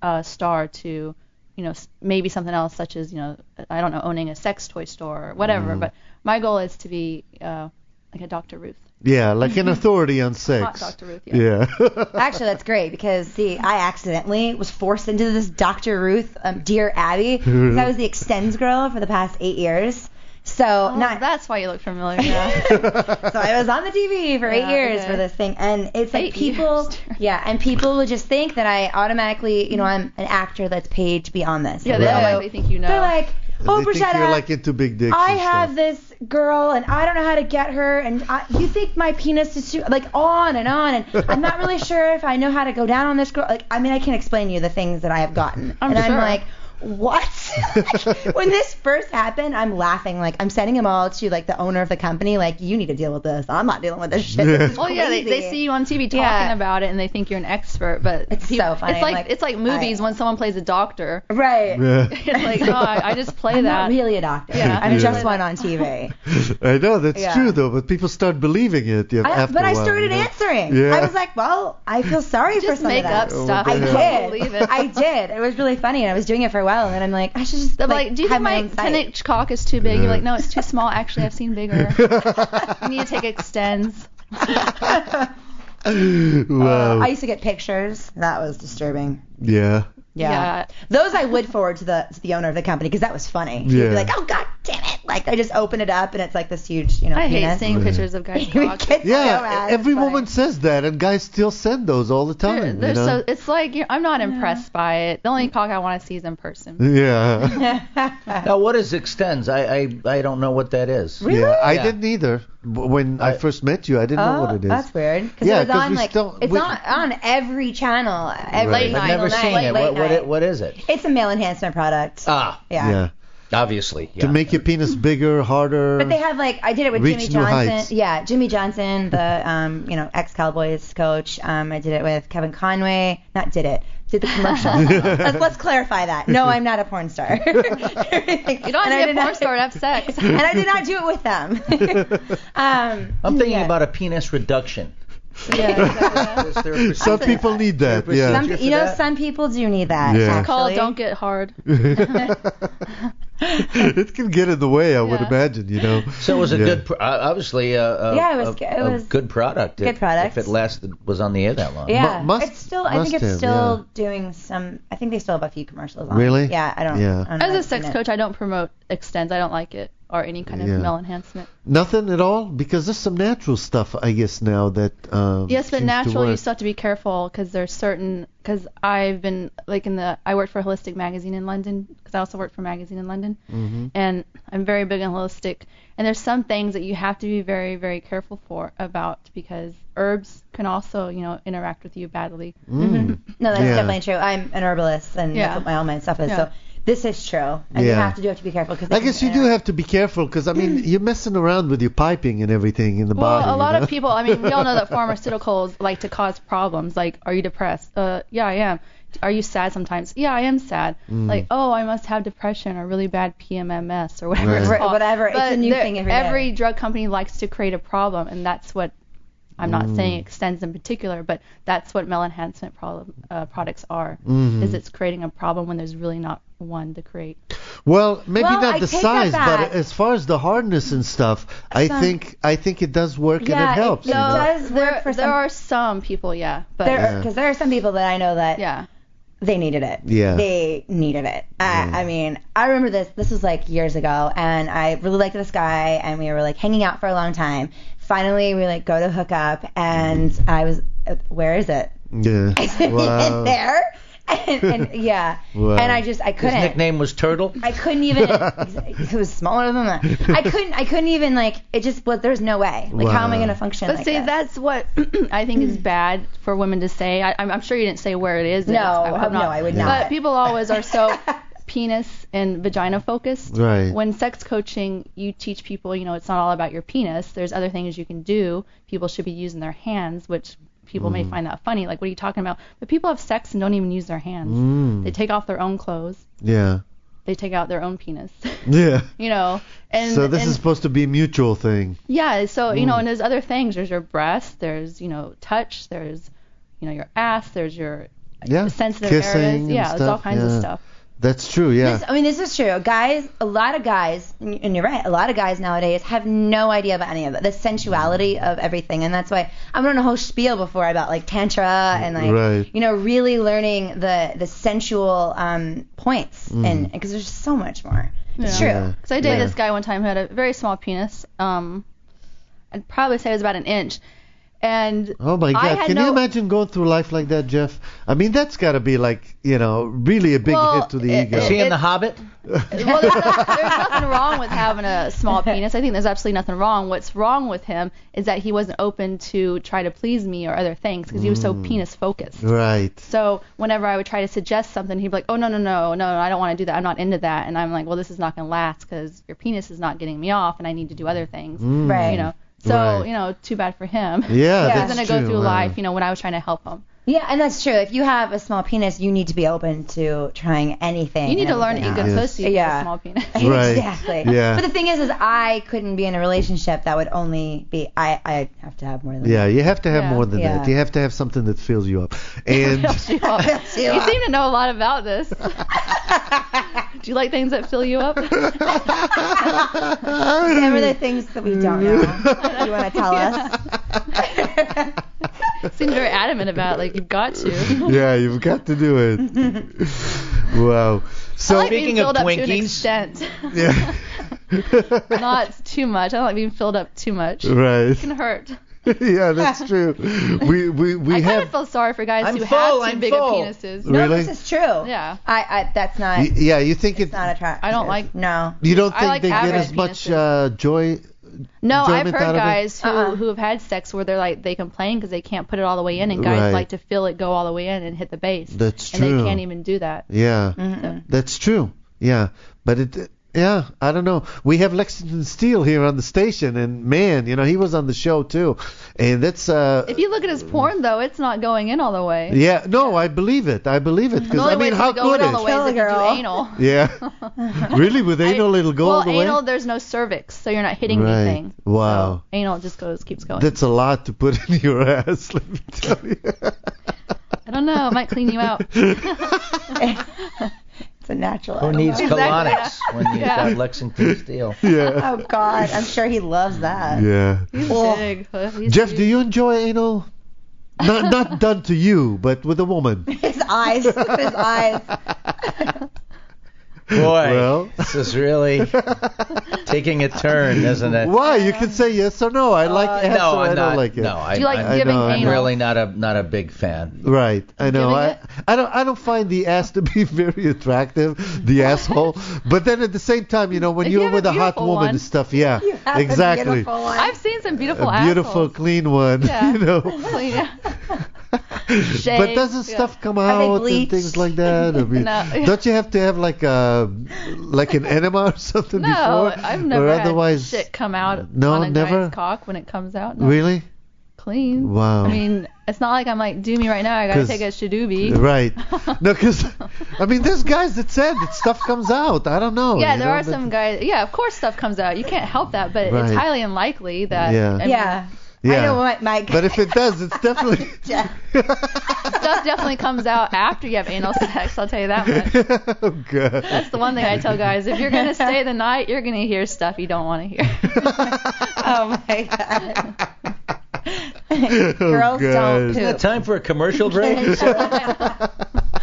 Speaker 7: uh, star to you know s- maybe something else such as you know I don't know owning a sex toy store or whatever.
Speaker 4: Mm-hmm.
Speaker 7: But my goal is to be uh, like a Dr. Ruth.
Speaker 4: Yeah, like an authority on sex.
Speaker 7: Dr. Ruth,
Speaker 4: yeah.
Speaker 7: yeah.
Speaker 5: Oh, Actually, that's great because see, I accidentally was forced into this Dr. Ruth, um, Dear Abby, because I was the extends girl for the past eight years. So not
Speaker 7: Oh, that's why you look familiar. Yeah.
Speaker 5: so I was on the TV for eight
Speaker 7: Yeah,
Speaker 5: years
Speaker 7: okay.
Speaker 5: for this thing, and it's like
Speaker 7: Eight
Speaker 5: people,
Speaker 7: years.
Speaker 5: yeah, and people would just think that I automatically, you know, I'm an actor that's paid to be on this.
Speaker 7: Yeah, they
Speaker 5: So
Speaker 7: automatically think you know.
Speaker 5: They're like, oh,
Speaker 4: they think you're
Speaker 5: Bruschetta,
Speaker 4: like into big dicks.
Speaker 5: I
Speaker 4: and
Speaker 5: have
Speaker 4: stuff.
Speaker 5: this girl and I don't know how to get her and I, you think my penis is too like on and on and I'm not really sure if I know how to go down on this girl. Like I mean I can't explain to you the things that I have gotten.
Speaker 7: I'm
Speaker 5: and I'm
Speaker 7: sure.
Speaker 5: like what? when this first happened, I'm laughing. Like I'm sending them all to like the owner of the company. Like you need to deal with this. I'm not dealing with this shit. This is
Speaker 7: Well, Oh, yeah, they,
Speaker 5: crazy."
Speaker 7: they see you on TV talking
Speaker 5: Yeah.
Speaker 7: about it and they think you're an expert, but
Speaker 5: It's so funny.
Speaker 7: It's like,
Speaker 5: Like,
Speaker 7: it's like movies
Speaker 5: I-
Speaker 7: when someone plays a doctor.
Speaker 5: right.
Speaker 4: Yeah.
Speaker 7: It's like, oh, I, I just play
Speaker 5: I'm not
Speaker 7: that.
Speaker 5: really a doctor.
Speaker 7: Yeah.
Speaker 5: I'm
Speaker 7: Yeah.
Speaker 5: just one on TV.
Speaker 4: I know that's
Speaker 5: Yeah.
Speaker 4: true though, but people start believing it. Yeah,
Speaker 5: I,
Speaker 4: after
Speaker 5: but
Speaker 4: a
Speaker 5: I
Speaker 4: while,
Speaker 5: started
Speaker 4: you know?
Speaker 5: answering.
Speaker 4: Yeah.
Speaker 5: I was like, well, I feel sorry for
Speaker 7: just
Speaker 5: some
Speaker 7: make
Speaker 5: of that.
Speaker 7: up stuff.
Speaker 4: Oh,
Speaker 5: I
Speaker 4: Yeah.
Speaker 7: don't
Speaker 5: did.
Speaker 7: believe it.
Speaker 5: I did. It was really funny, and I was doing it for a while, and then I'm like, I should just
Speaker 7: They're
Speaker 5: like,
Speaker 7: like, do you
Speaker 5: have
Speaker 7: think
Speaker 5: my
Speaker 7: my
Speaker 5: own
Speaker 7: 10
Speaker 5: site.
Speaker 7: inch cock is too big? You're like,
Speaker 4: Yeah.
Speaker 7: no, it's too small. Actually, I've seen bigger. you need to take extends.
Speaker 4: wow.
Speaker 5: uh, I used to get pictures. That was disturbing.
Speaker 4: yeah.
Speaker 5: Yeah.
Speaker 7: Yeah.
Speaker 5: Those I would forward to the to the owner of the company because that was funny. He'd
Speaker 4: Yeah.
Speaker 5: be like, oh god damn it! Like I just open it up, and it's like this huge, you know,
Speaker 7: I hate
Speaker 5: penis.
Speaker 7: seeing pictures of guys'
Speaker 5: We
Speaker 7: cocks.
Speaker 5: get so
Speaker 4: Yeah, e-,
Speaker 5: mad.
Speaker 4: every
Speaker 5: It's funny.
Speaker 4: woman says that, and guys still send those all the time.
Speaker 7: They're,
Speaker 4: you
Speaker 7: they're
Speaker 4: know?
Speaker 7: so, it's like, you're, I'm not impressed by it. The only cock I want to see is in
Speaker 4: Mm-hmm.
Speaker 7: person.
Speaker 4: yeah.
Speaker 6: Now, what is extends? I, I I don't know what that is.
Speaker 5: Really?
Speaker 4: Yeah, I
Speaker 6: Yeah. Uh,
Speaker 4: didn't either. B- When I,
Speaker 6: I-
Speaker 4: first met you, I didn't know
Speaker 5: Oh,
Speaker 4: what it is.
Speaker 5: that's weird. Because
Speaker 4: Yeah,
Speaker 5: it was
Speaker 4: 'cause
Speaker 5: on
Speaker 4: we
Speaker 5: like
Speaker 4: still-
Speaker 5: it's
Speaker 4: we-
Speaker 5: on on every channel, uh, every
Speaker 4: Right.
Speaker 5: single
Speaker 6: I've never
Speaker 5: night,
Speaker 6: seen
Speaker 5: late
Speaker 6: it. What, what,
Speaker 5: night.
Speaker 6: it- what is it?
Speaker 5: It's a male enhancement product.
Speaker 7: Oh.
Speaker 6: Ah,
Speaker 5: yeah.
Speaker 4: yeah.
Speaker 6: obviously.
Speaker 4: To
Speaker 6: yeah.
Speaker 4: make your penis bigger, harder.
Speaker 5: But they have like I did it with
Speaker 4: Reach
Speaker 5: Jimmy
Speaker 4: new
Speaker 5: Johnson.
Speaker 4: heights.
Speaker 5: Yeah, Jimmy Johnson, the um, you know, ex Cowboys coach. Um, I did it with Kevin Conway. Not did it. Did the commercial. let's, let's clarify that. No, I'm not a porn star. you don't
Speaker 7: You don't have to be a porn star to have sex.
Speaker 5: And I did not do it with them. um,
Speaker 6: I'm thinking
Speaker 5: yeah.
Speaker 6: about a penis reduction.
Speaker 7: Yeah, exactly.
Speaker 6: Is there a procedure-
Speaker 4: Some people need that.
Speaker 6: There's
Speaker 4: Yeah.
Speaker 5: Some,
Speaker 6: Thank you
Speaker 5: you
Speaker 6: for
Speaker 5: know,
Speaker 6: that.
Speaker 5: some people do need that.
Speaker 4: Yeah.
Speaker 5: Actually.
Speaker 4: It's
Speaker 7: Call Don't Get Hard.
Speaker 4: it can get in the way, I would
Speaker 7: Yeah.
Speaker 4: imagine. You know.
Speaker 6: So it was a
Speaker 4: Yeah.
Speaker 6: good, pro- uh, obviously, a, a,
Speaker 5: Yeah, it was
Speaker 6: a-
Speaker 5: good- it
Speaker 6: a
Speaker 5: was
Speaker 6: good product.
Speaker 5: good
Speaker 6: if-
Speaker 5: product.
Speaker 6: If it lasted, was on the air that long.
Speaker 5: Yeah,
Speaker 4: Mu- must-
Speaker 5: it's still. I
Speaker 4: must
Speaker 5: think it's
Speaker 4: have,
Speaker 5: still doing some. I think they still have a few commercials on.
Speaker 4: Really?
Speaker 5: Yeah, I don't.
Speaker 4: Yeah.
Speaker 5: I don't know
Speaker 7: As a
Speaker 5: if I've
Speaker 7: sex
Speaker 5: seen it.
Speaker 7: coach, I don't promote extends. I don't like it or any kind of
Speaker 4: Yeah.
Speaker 7: male enhancement.
Speaker 4: Nothing at all, because there's some natural stuff, I guess, now that. Um,
Speaker 7: Yes,
Speaker 4: seems
Speaker 7: but
Speaker 4: to
Speaker 7: natural, you
Speaker 4: work.
Speaker 7: still have to be careful because there's certain. Because I've been like in the. I worked for Holistic Magazine in London because I also work for a magazine in London, and I'm very big on holistic. And there's some things that you have to be very, very careful for about because herbs can also, you know, interact with you badly.
Speaker 5: No, that's
Speaker 4: Yeah.
Speaker 5: definitely true. I'm an herbalist, and
Speaker 7: Yeah.
Speaker 5: that's what my all my stuff is.
Speaker 7: Yeah.
Speaker 5: So this is true, and you
Speaker 4: Yeah.
Speaker 5: have to do have to be careful because
Speaker 4: I guess you do have to be careful, because I mean, you're messing around with your piping and everything in the
Speaker 7: Well,
Speaker 4: body.
Speaker 7: a
Speaker 4: you
Speaker 7: lot
Speaker 4: know?
Speaker 7: of people. I mean, we all know that pharmaceuticals like to cause problems. Like, are you depressed? Uh, yeah, I am. Are you sad sometimes? Yeah, I am sad. Like, oh, I must have depression or really bad PMMS or whatever. It's
Speaker 5: Right,
Speaker 7: called.
Speaker 5: whatever. It's
Speaker 7: But
Speaker 5: a new
Speaker 7: there-
Speaker 5: thing every day.
Speaker 7: every drug company likes to create a problem, and that's what. I'm not saying extends in particular, but that's what male enhancement problem, uh, products are. Is it's creating a problem when there's really not one to create.
Speaker 4: Well, maybe
Speaker 5: Well,
Speaker 4: not
Speaker 5: I
Speaker 4: the
Speaker 5: take that
Speaker 4: size,
Speaker 5: back.
Speaker 4: but as far as the hardness and stuff, I
Speaker 5: Some-
Speaker 4: think I think it does work
Speaker 5: Yeah, it-
Speaker 4: and it helps.
Speaker 5: it
Speaker 4: you know?
Speaker 5: does. work
Speaker 7: there,
Speaker 5: for
Speaker 7: there
Speaker 5: some-
Speaker 7: are some people, yeah, but
Speaker 5: There, Because there are some people that I know that
Speaker 7: yeah.
Speaker 5: they needed it.
Speaker 4: Yeah.
Speaker 5: They needed it. I, I mean, I remember this. This was like years ago, and I really liked this guy, and we were like hanging out for a long time. Finally, we like go to hook up, and I was, uh, where is it?
Speaker 4: Yeah. Wow.
Speaker 5: there. And, and yeah,
Speaker 4: Wow.
Speaker 5: and I just I
Speaker 6: His
Speaker 5: couldn't.
Speaker 6: nickname was Turtle.
Speaker 5: I couldn't even. it was smaller than that. I couldn't. I couldn't even like. It just was. There's no way. Like, how am I
Speaker 4: Wow.
Speaker 5: gonna function?
Speaker 7: But
Speaker 5: like
Speaker 7: see,
Speaker 5: this?
Speaker 7: that's what I think is bad for women to say. I, I'm, I'm sure you didn't say where it is.
Speaker 5: No,
Speaker 7: I
Speaker 5: no, I would not.
Speaker 7: But people always are so. penis and vagina focused.
Speaker 4: Right.
Speaker 7: When sex coaching, you teach people, you know, it's not all about your penis. There's other things you can do. People should be using their hands, which people
Speaker 4: Mm.
Speaker 7: may find that funny. Like, what are you talking about? But people have sex and don't even use their hands.
Speaker 4: Mm.
Speaker 7: They take off their own clothes.
Speaker 4: Yeah.
Speaker 7: They take out their own penis.
Speaker 4: Yeah.
Speaker 7: you know. And
Speaker 4: so this
Speaker 7: and-
Speaker 4: is supposed to be a mutual thing.
Speaker 7: yeah, so you know,
Speaker 4: Mm.
Speaker 7: and there's other things. There's your breast. There's you know, touch. There's you know, your ass. There's your
Speaker 4: Yeah.
Speaker 7: sensitive
Speaker 4: Kissing
Speaker 7: areas.
Speaker 4: and
Speaker 7: Yeah, there's all
Speaker 4: stuff,
Speaker 7: kinds
Speaker 4: yeah.
Speaker 7: of stuff.
Speaker 4: That's true. Yeah.
Speaker 5: This- I mean, this is true. Guys, a lot of guys, and and you're right, a lot of guys nowadays have no idea about any of it. The sensuality of everything, and that's why I went on a whole spiel before about like tantra and like
Speaker 4: Right.
Speaker 5: you know really learning the the sensual um, points,
Speaker 4: Mm.
Speaker 5: and because there's just so much more. It's true.
Speaker 4: Yeah.
Speaker 7: So I dated
Speaker 4: Yeah.
Speaker 7: this guy one time who had a very small penis. Um, I'd probably say it was about an inch. And
Speaker 4: Oh my
Speaker 7: I
Speaker 4: God!
Speaker 7: had
Speaker 4: Can
Speaker 7: no,
Speaker 4: you imagine going through life like that, Jeff? I mean, that's got to be like you know really a big
Speaker 7: Well,
Speaker 4: hit to the
Speaker 7: it-
Speaker 4: ego.
Speaker 6: Is he in
Speaker 7: It-
Speaker 6: The Hobbit?
Speaker 7: Well, there's, no- there's nothing wrong with having a small penis. I think there's absolutely nothing wrong. What's wrong with him is that he wasn't open to try to please me or other things because he was so
Speaker 4: Mm.
Speaker 7: penis focused.
Speaker 4: Right.
Speaker 7: So whenever I would try to suggest something, he'd be like, "Oh no, no, no, no, no, I don't want to do that. I'm not into that." And I'm like, "Well, this is not going to last because your penis is not getting me off, and I need to do other things."
Speaker 5: Right.
Speaker 7: You know. So
Speaker 4: Mm. Right.
Speaker 7: you know, too bad for him.
Speaker 4: Yeah,
Speaker 7: Because
Speaker 4: that's
Speaker 7: then I go
Speaker 4: true,
Speaker 7: through
Speaker 4: wow.
Speaker 7: life, you know, when I was trying to help him.
Speaker 5: Yeah, and that's true. If you have a small penis, you need to be open to trying anything.
Speaker 7: You need
Speaker 5: and
Speaker 7: to learn to
Speaker 5: everything else.
Speaker 7: eat good
Speaker 4: Yes.
Speaker 7: pussy with
Speaker 5: Yeah.
Speaker 7: a small penis.
Speaker 4: Right.
Speaker 5: Exactly.
Speaker 4: Yeah.
Speaker 5: But the thing is, is I couldn't be in a relationship that would only be. I I have to have more than.
Speaker 4: Yeah, you have to have
Speaker 7: Yeah.
Speaker 4: more than that.
Speaker 5: Yeah.
Speaker 4: You have to have something that fills you up. And
Speaker 7: you
Speaker 5: Yeah.
Speaker 7: seem to know a lot about this. do you like things that fill you up?
Speaker 5: Some of the things that we don't know. Do you want to tell us?
Speaker 7: Seems very adamant about it, like you've got to.
Speaker 4: yeah, you've got to do it. wow.
Speaker 7: I
Speaker 4: So
Speaker 7: like being
Speaker 6: Speaking of
Speaker 7: filled up to an
Speaker 6: Twinkies.
Speaker 7: extent,
Speaker 4: yeah,
Speaker 7: not too much. I don't like being filled up too much. It
Speaker 4: right.
Speaker 7: can hurt.
Speaker 4: yeah, that's true. We we we
Speaker 7: I kind
Speaker 4: have
Speaker 7: of feel sorry for guys
Speaker 6: I'm
Speaker 7: who
Speaker 6: full,
Speaker 7: have too
Speaker 6: I'm
Speaker 7: big
Speaker 6: full.
Speaker 7: of penises.
Speaker 5: No,
Speaker 4: really.
Speaker 5: this is true. Yeah.
Speaker 7: Yeah.
Speaker 5: I, I that's not
Speaker 4: Y- yeah, you think it,
Speaker 5: not attractive.
Speaker 7: I don't like-
Speaker 5: No.
Speaker 4: you don't
Speaker 7: I
Speaker 4: think
Speaker 7: like
Speaker 4: they get
Speaker 7: average
Speaker 4: as much
Speaker 7: penises.
Speaker 4: uh, joy?
Speaker 7: No, I've
Speaker 4: enjoyment out of
Speaker 7: heard
Speaker 4: it?
Speaker 7: guys who
Speaker 5: Uh-uh.
Speaker 7: who have had sex where they're like they complain because they can't put it all the way in, and guys
Speaker 4: Right.
Speaker 7: like to feel it go all the way in and hit the base.
Speaker 4: That's
Speaker 7: and
Speaker 4: true.
Speaker 7: they can't even do that.
Speaker 4: Yeah,
Speaker 7: So-
Speaker 4: that's true. Yeah, but it. Yeah, I don't know. We have Lexington Steele here on the station, and man, you know he was on the show too, and that's uh.
Speaker 7: If you look at his porn though, it's not going in all the way.
Speaker 4: yeah, no, I believe it. I believe it because
Speaker 7: The only
Speaker 4: I mean,
Speaker 7: way
Speaker 4: how
Speaker 7: to go
Speaker 4: could
Speaker 7: in all the
Speaker 4: it?
Speaker 7: way is if you do
Speaker 5: Tell a girl.
Speaker 7: anal.
Speaker 4: Yeah, really, with anal, it'll go
Speaker 7: well,
Speaker 4: all the way.
Speaker 7: anal, there's no cervix, so you're not hitting
Speaker 4: Right.
Speaker 7: anything.
Speaker 4: Wow.
Speaker 7: So anal just goes, keeps going.
Speaker 4: That's a lot to put in your ass, let me tell you.
Speaker 7: I don't know. It might clean you out.
Speaker 5: It's a natural.
Speaker 6: Who
Speaker 5: animal.
Speaker 6: needs colonics when you've
Speaker 7: Yeah.
Speaker 6: got Lexington Steel?
Speaker 4: Yeah.
Speaker 5: Oh God, I'm sure he loves that.
Speaker 4: Yeah.
Speaker 7: Big. He's
Speaker 4: Jeff,
Speaker 7: huge.
Speaker 4: do you enjoy anal? Not not done to you, but with a woman.
Speaker 5: His eyes, his eyes.
Speaker 6: Boy,
Speaker 4: Well.
Speaker 6: this is really taking a turn, isn't it?
Speaker 4: Why? You can say yes or no. I like
Speaker 6: Uh,
Speaker 4: ass
Speaker 6: no,
Speaker 4: or
Speaker 6: I'm
Speaker 4: I
Speaker 6: not.
Speaker 4: don't like it.
Speaker 6: No, I,
Speaker 7: Do you like
Speaker 6: I,
Speaker 7: giving
Speaker 4: know, I
Speaker 6: I'm
Speaker 7: anal?
Speaker 6: really not a not a big fan.
Speaker 4: Right, I know.
Speaker 7: Giving
Speaker 4: I,
Speaker 7: it?
Speaker 4: I don't I don't find the ass to be very attractive, the asshole. But then at the same time, you know, when
Speaker 7: If you
Speaker 4: you're
Speaker 7: have a
Speaker 4: with a hot
Speaker 7: beautiful
Speaker 4: woman
Speaker 7: one.
Speaker 4: and stuff, yeah,
Speaker 5: That's a
Speaker 4: exactly.
Speaker 5: beautiful one.
Speaker 7: I've seen some beautiful
Speaker 4: A beautiful,
Speaker 7: assholes.
Speaker 4: clean one,
Speaker 7: Yeah.
Speaker 4: you know.
Speaker 7: Clean out.
Speaker 4: But
Speaker 7: Shaved.
Speaker 4: doesn't
Speaker 7: Yeah.
Speaker 4: stuff come
Speaker 5: they
Speaker 4: out and
Speaker 5: bleached?
Speaker 4: things like that? I mean,
Speaker 7: No.
Speaker 4: Don't you have to have like a like an enema or something
Speaker 7: No,
Speaker 4: before?
Speaker 7: I've never
Speaker 4: or
Speaker 7: had
Speaker 4: otherwise,
Speaker 7: shit come out
Speaker 4: No,
Speaker 7: on a
Speaker 4: never?
Speaker 7: guy's cock when it comes out. No,
Speaker 4: Really?
Speaker 7: Clean.
Speaker 4: Wow.
Speaker 7: I mean, it's not like I'm like, do me right now. I gotta
Speaker 4: 'Cause-
Speaker 7: take a shadoobie.
Speaker 4: Right. No, because I mean, there's guys that said that stuff comes out. I don't know.
Speaker 7: Yeah,
Speaker 4: you
Speaker 7: there
Speaker 4: know,
Speaker 7: are
Speaker 4: but-
Speaker 7: some guys. Yeah, of course stuff comes out. You can't help that, but
Speaker 4: Right.
Speaker 7: it's highly unlikely that.
Speaker 4: Yeah.
Speaker 7: I mean,
Speaker 5: yeah.
Speaker 4: Yeah.
Speaker 5: I know what Mike.
Speaker 4: But if it does, it's definitely.
Speaker 5: Oh
Speaker 7: Stuff definitely comes out after you have anal sex. I'll tell you that much.
Speaker 4: oh god.
Speaker 7: That's the one thing I tell guys. If you're gonna stay the night, you're gonna hear stuff you don't want to hear. Um,
Speaker 5: oh my God.
Speaker 4: Oh, God.
Speaker 5: Girls don't
Speaker 6: Isn't it
Speaker 5: poop.
Speaker 6: time for a commercial break?
Speaker 4: we managed to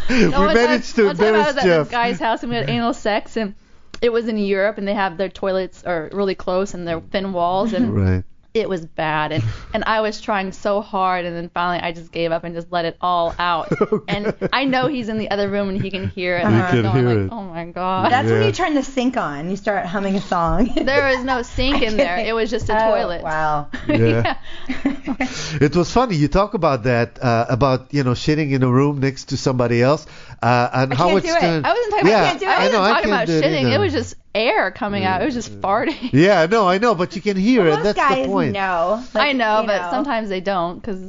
Speaker 7: one time I
Speaker 4: embarrass
Speaker 7: was at
Speaker 4: Jeff.
Speaker 7: this guy's house and we had anal sex and. It was in Europe, and they have their toilets are really close, and they're thin walls, and
Speaker 4: Right.
Speaker 7: it was bad and and I was trying so hard and then finally I just gave up and just let it all out. And I know he's in the other room and he can hear it. And
Speaker 4: He
Speaker 7: I'm
Speaker 4: can
Speaker 7: going
Speaker 4: hear
Speaker 7: like,
Speaker 4: it.
Speaker 7: Oh my god.
Speaker 5: That's when
Speaker 4: Yeah.
Speaker 5: you turn the sink on. You start humming a song.
Speaker 7: there was no sink in there. It was just a
Speaker 5: Oh,
Speaker 7: toilet.
Speaker 5: Wow.
Speaker 4: Yeah. It was funny. You talk about that, uh, about you know shitting in a room next to somebody else, uh, and how
Speaker 5: can't
Speaker 4: it's
Speaker 5: do it.
Speaker 4: gonna-
Speaker 7: I wasn't talking
Speaker 4: yeah,
Speaker 7: about
Speaker 5: can't do it.
Speaker 7: I
Speaker 4: I
Speaker 7: wasn't
Speaker 4: know, I
Speaker 7: talking
Speaker 4: can't
Speaker 7: about
Speaker 4: do it
Speaker 7: shitting.
Speaker 4: either.
Speaker 7: It was just air coming out. It was just farting.
Speaker 4: Yeah, no, I know, but you can hear it.
Speaker 5: Most
Speaker 4: That's
Speaker 5: guys
Speaker 4: the point.
Speaker 5: know.
Speaker 7: I
Speaker 5: Like,
Speaker 7: know,
Speaker 5: you
Speaker 7: but sometimes they don't because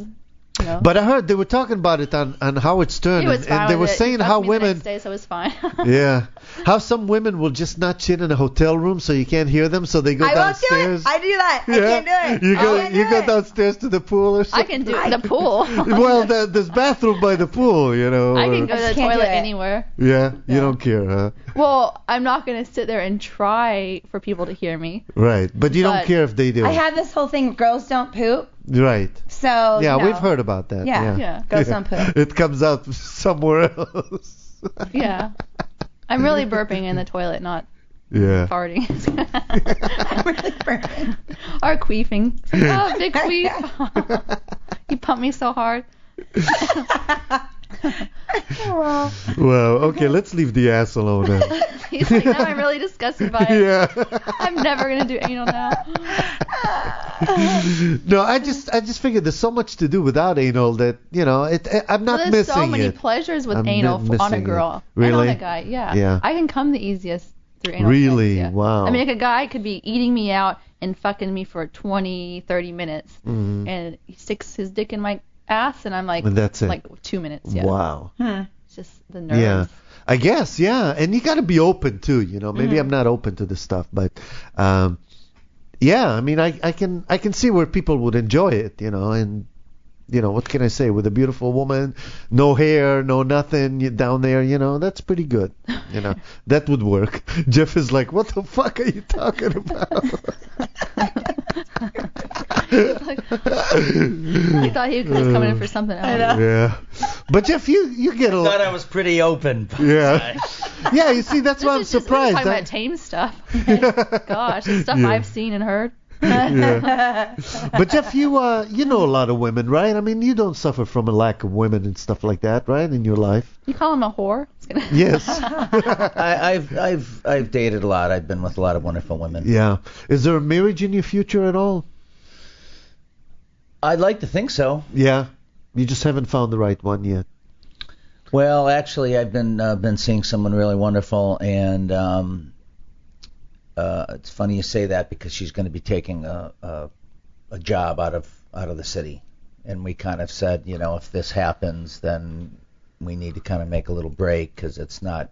Speaker 7: you know.
Speaker 4: But I heard they were talking about it on, on Howard Stern,
Speaker 7: he was
Speaker 4: and,
Speaker 7: fine
Speaker 4: and they
Speaker 7: with
Speaker 4: were
Speaker 7: it. He
Speaker 4: saying
Speaker 7: fucked
Speaker 4: how
Speaker 7: me the
Speaker 4: women,
Speaker 7: Next day, so it was fine.
Speaker 4: yeah, how some women will just not shit in a hotel room so you can't hear them, so they go
Speaker 5: I won't do
Speaker 4: downstairs.
Speaker 5: it. I do that. I can't do it.
Speaker 4: You
Speaker 5: I
Speaker 4: go,
Speaker 5: can't do
Speaker 4: you go
Speaker 5: it.
Speaker 4: downstairs to the pool or
Speaker 7: I
Speaker 4: something.
Speaker 7: can do it in the pool.
Speaker 4: well, there, there's bathroom by the pool, you know.
Speaker 7: I
Speaker 4: or-
Speaker 7: can go
Speaker 5: I
Speaker 7: to the
Speaker 5: just can't do
Speaker 7: toilet
Speaker 5: it.
Speaker 7: anywhere.
Speaker 4: Yeah, you don't care, huh?
Speaker 7: Well, I'm not gonna sit there and try for people to hear me.
Speaker 4: Right, but you don't
Speaker 7: But
Speaker 4: care if they do.
Speaker 5: I have this whole thing. Girls don't poop.
Speaker 4: right.
Speaker 5: So
Speaker 4: Yeah,
Speaker 5: no.
Speaker 4: we've heard about that.
Speaker 5: Yeah.
Speaker 4: Yeah.
Speaker 7: Yeah,
Speaker 5: Girls don't poop.
Speaker 4: It comes out somewhere else.
Speaker 7: yeah. I'm really burping in the toilet, not
Speaker 4: yeah.
Speaker 7: farting.
Speaker 5: Really burping.
Speaker 7: or queefing. Oh, big queef. you pumped me so hard.
Speaker 4: Well, okay, let's leave the ass alone then.
Speaker 7: He's like, now I'm really disgusted by it.
Speaker 4: yeah.
Speaker 7: I'm never gonna do anal now.
Speaker 4: No, I just I just figured there's so much to do without anal that you know it. I- I'm not
Speaker 7: There's
Speaker 4: missing
Speaker 7: so many
Speaker 4: it.
Speaker 7: pleasures with
Speaker 4: I'm mi-
Speaker 7: anal f- on
Speaker 4: missing
Speaker 7: a
Speaker 4: it.
Speaker 7: girl
Speaker 4: Really?
Speaker 7: and on a guy. Yeah.
Speaker 4: Yeah.
Speaker 7: I can come the easiest through anal.
Speaker 4: Really?
Speaker 7: sex, yeah.
Speaker 4: Wow.
Speaker 7: I mean, like a guy could be eating me out and fucking me for 20, 30 minutes, and he sticks his dick in my ass, and I'm like,
Speaker 4: And Mm-hmm. that's it.
Speaker 7: Like two minutes. Yeah.
Speaker 4: Wow.
Speaker 7: It's just the nerves.
Speaker 4: Yeah. I guess yeah, and you got to be open too. You know, maybe I'm not open to this stuff, but um, yeah, I mean, I I can I can see where people would enjoy it. You know, and you know what can I say? With a beautiful woman, no hair, no nothing you- down there. You know, that's pretty good. You know, that would work. Jeff is like, what the fuck are you talking about?
Speaker 7: I thought he was coming in for something else.
Speaker 4: yeah, but Jeff, you you get a
Speaker 6: Thought
Speaker 4: lot.
Speaker 6: I was pretty open.
Speaker 4: Yeah. Yeah, you see, that's
Speaker 7: This
Speaker 4: why I'm
Speaker 7: is just
Speaker 4: surprised.
Speaker 7: talking
Speaker 4: I-
Speaker 7: about tame stuff. Gosh, the stuff I've seen and heard.
Speaker 4: but Jeff, you uh, you know a lot of women, right? I mean, you don't suffer from a lack of women and stuff like that, right, in your life?
Speaker 7: You call him a whore? It's gonna-
Speaker 4: Yes.
Speaker 6: I, I've I've I've dated a lot. I've been with a lot of wonderful women.
Speaker 4: yeah. Is there a marriage in your future at all?
Speaker 6: I'd like to think so.
Speaker 4: Yeah. You just haven't found the right one yet.
Speaker 6: Well, actually, I've been uh, been seeing someone really wonderful, and um, uh, it's funny you say that because she's going to be taking a, a a job out of out of the city, and we kind of said, you know, if this happens, then we need to kind of make a little break because it's not.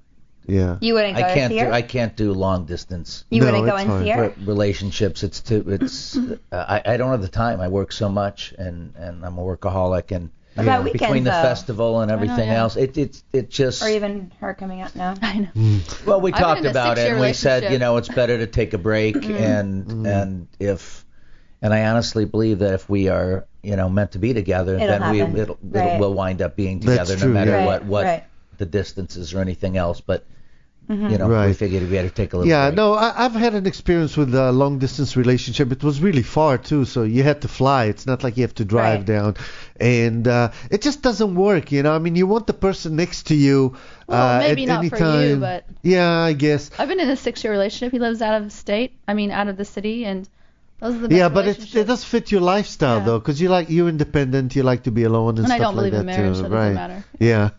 Speaker 4: Yeah.
Speaker 5: You wouldn't
Speaker 6: I
Speaker 5: go
Speaker 6: can't
Speaker 5: to
Speaker 6: do
Speaker 5: see her.
Speaker 6: I can't do long distance
Speaker 5: you
Speaker 4: No,
Speaker 5: wouldn't go
Speaker 4: it's
Speaker 5: and see
Speaker 4: fine.
Speaker 5: her.
Speaker 6: re- relationships. It's too. It's. uh, I I don't have the time. I work so much, and and I'm a workaholic, and
Speaker 5: What about weekends
Speaker 6: between the
Speaker 5: though?
Speaker 6: festival and everything
Speaker 7: yeah.
Speaker 6: else, it it it just.
Speaker 5: Or even her coming out now.
Speaker 7: I know.
Speaker 6: Well, we
Speaker 7: I've been
Speaker 6: talked
Speaker 7: in a
Speaker 6: about it,
Speaker 7: six-year
Speaker 6: and we said, you
Speaker 7: relationship.
Speaker 6: know, it's better to take a break,
Speaker 5: Mm-hmm.
Speaker 6: and
Speaker 4: Mm-hmm.
Speaker 6: and if, and I honestly believe that if we are, you know, meant to be together,
Speaker 5: It'll
Speaker 6: then we
Speaker 5: happen.
Speaker 6: it'll, it'll
Speaker 5: Right.
Speaker 6: we'll wind up being
Speaker 4: That's
Speaker 6: together
Speaker 4: true,
Speaker 6: no matter
Speaker 4: yeah.
Speaker 6: what what
Speaker 5: Right. Mm-hmm.
Speaker 6: the distances or anything else. But you know, we
Speaker 4: Right.
Speaker 6: figured we better take a little.
Speaker 4: Yeah,
Speaker 6: break.
Speaker 4: no, I, I've had an experience with a long distance relationship. It was really far too, so you had to fly. It's not like you have to drive
Speaker 5: Right.
Speaker 4: down, and uh, it just doesn't work. You know, I mean, you want the person next to you
Speaker 7: Well,
Speaker 4: uh,
Speaker 7: maybe
Speaker 4: at
Speaker 7: not
Speaker 4: any
Speaker 7: for you,
Speaker 4: time.
Speaker 7: but-
Speaker 4: yeah, I guess.
Speaker 7: I've been in a six-year relationship. He lives out of state. I mean, out of the city, and those are the best
Speaker 4: Yeah, but it,
Speaker 7: relationships.
Speaker 4: it does fit your lifestyle
Speaker 7: Yeah.
Speaker 4: though, 'cause you like you're independent, you like to be alone and,
Speaker 7: And I
Speaker 4: stuff
Speaker 7: don't
Speaker 4: like
Speaker 7: believe in
Speaker 4: that
Speaker 7: marriage,
Speaker 4: too,
Speaker 7: so it doesn't
Speaker 4: right?
Speaker 7: matter.
Speaker 4: Yeah,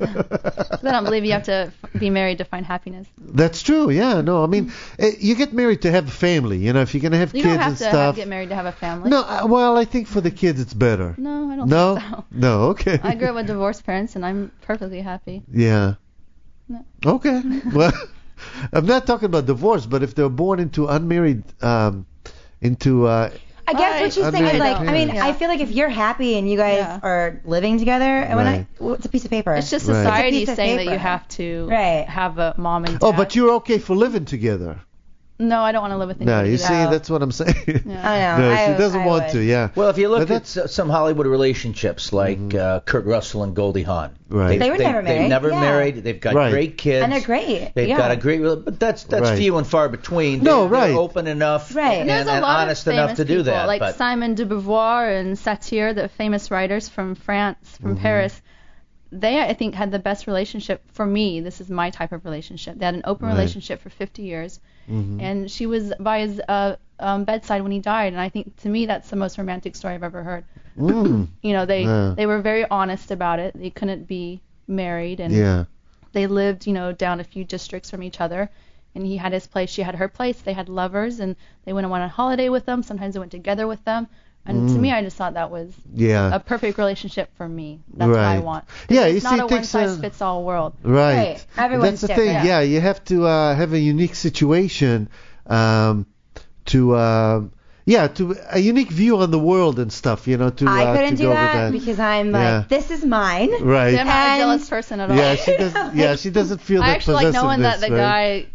Speaker 7: I don't believe you have to f- be married to find happiness.
Speaker 4: that's true. Yeah, no, I mean, eh, you get married to have a family. You know, if you're gonna have
Speaker 7: You
Speaker 4: kids
Speaker 7: don't have
Speaker 4: and
Speaker 7: to have,
Speaker 4: stuff.
Speaker 7: get married to have a family.
Speaker 4: no, uh, well, I think for the kids it's better.
Speaker 7: No, I don't
Speaker 4: No,
Speaker 7: think so.
Speaker 4: no, okay.
Speaker 7: I grew up with divorced parents, and I'm perfectly happy.
Speaker 4: Yeah.
Speaker 7: No.
Speaker 4: Okay. well, I'm not talking about divorce, but if they're born into unmarried, um, into uh,
Speaker 5: I guess what she's
Speaker 4: I'd
Speaker 5: saying
Speaker 4: be
Speaker 5: is like,
Speaker 4: okay.
Speaker 5: I mean,
Speaker 7: Yeah.
Speaker 5: I feel like if you're happy and you guys
Speaker 7: Yeah.
Speaker 5: are living together, and when I,
Speaker 4: Right.
Speaker 5: well, it's a piece of paper.
Speaker 7: It's just
Speaker 4: Right. It's a
Speaker 7: society
Speaker 5: piece of
Speaker 7: saying that
Speaker 5: paper.
Speaker 7: you have to
Speaker 5: Right.
Speaker 7: have a mom and dad.
Speaker 4: oh, but you're okay for living together.
Speaker 7: No, I don't want to live with
Speaker 4: No,
Speaker 7: anybody.
Speaker 4: you
Speaker 7: that-
Speaker 4: see, that's what I'm saying.
Speaker 5: I know.
Speaker 4: no,
Speaker 5: I,
Speaker 4: she doesn't
Speaker 5: I
Speaker 4: want
Speaker 5: would.
Speaker 4: to. Yeah.
Speaker 6: Well, if you look
Speaker 4: But Mm-hmm.
Speaker 6: at s- some Hollywood relationships like uh, Kurt Russell and Goldie Hawn,
Speaker 4: Right.
Speaker 6: They've-
Speaker 5: They were
Speaker 6: they've-
Speaker 5: never married,
Speaker 6: They've never
Speaker 5: yeah.
Speaker 6: married. They've got
Speaker 4: Right.
Speaker 6: great kids.
Speaker 5: And they're great,
Speaker 6: They've
Speaker 5: yeah.
Speaker 6: got a great, rel- but that's that's
Speaker 4: Right.
Speaker 6: few and far between.
Speaker 4: No,
Speaker 6: They're- they're
Speaker 4: right.
Speaker 6: Open enough,
Speaker 5: Right.
Speaker 6: And,
Speaker 5: And
Speaker 7: There's a
Speaker 6: and
Speaker 7: lot
Speaker 6: honest
Speaker 7: of famous
Speaker 6: enough to do
Speaker 7: people,
Speaker 6: that.
Speaker 7: like
Speaker 6: but
Speaker 7: Simon de Beauvoir and Satir, the famous writers from France, from
Speaker 6: Mm-hmm.
Speaker 7: Paris. They, I think, had the best relationship for me. This is my type of relationship. They had an open relationship for 50 years,
Speaker 6: Mm-hmm.
Speaker 7: and she was by his uh, um, bedside when he died. And I think, to me, that's the most romantic story I've ever heard.
Speaker 6: Mm.
Speaker 7: you know, they
Speaker 4: Yeah.
Speaker 7: they were very honest about it. They couldn't be married, and
Speaker 4: Yeah.
Speaker 7: they lived, you know, down a few districts from each other. And he had his place, she had her place. They had lovers, and they went on a holiday with them. Sometimes they went together with them. And
Speaker 4: Mm.
Speaker 7: to me, I just thought that was
Speaker 4: Yeah.
Speaker 7: a perfect relationship for me. That's what I
Speaker 4: Right.
Speaker 7: want. 'Cause
Speaker 4: Yeah,
Speaker 7: it's
Speaker 4: you
Speaker 7: not
Speaker 4: see,
Speaker 7: a
Speaker 4: it takes a-
Speaker 7: one-size-fits-all world.
Speaker 4: Right.
Speaker 5: Right.
Speaker 4: That's
Speaker 5: Everyone's
Speaker 4: the thing.
Speaker 5: different.
Speaker 4: Yeah, you have to uh, have a unique situation um, to. Um, yeah, to a unique view on the world and stuff, you know, to
Speaker 5: I
Speaker 4: uh,
Speaker 5: couldn't
Speaker 4: to
Speaker 5: do
Speaker 4: go over
Speaker 5: that,
Speaker 4: that.
Speaker 5: because I'm
Speaker 4: Yeah.
Speaker 5: like, this is mine.
Speaker 4: right.
Speaker 7: See, I'm not a
Speaker 5: And-
Speaker 7: jealous person at all.
Speaker 4: Yeah, she doesn't. Yeah, she doesn't feel
Speaker 7: I
Speaker 4: that
Speaker 7: actually like knowing that the
Speaker 4: possessiveness, right?
Speaker 7: guy,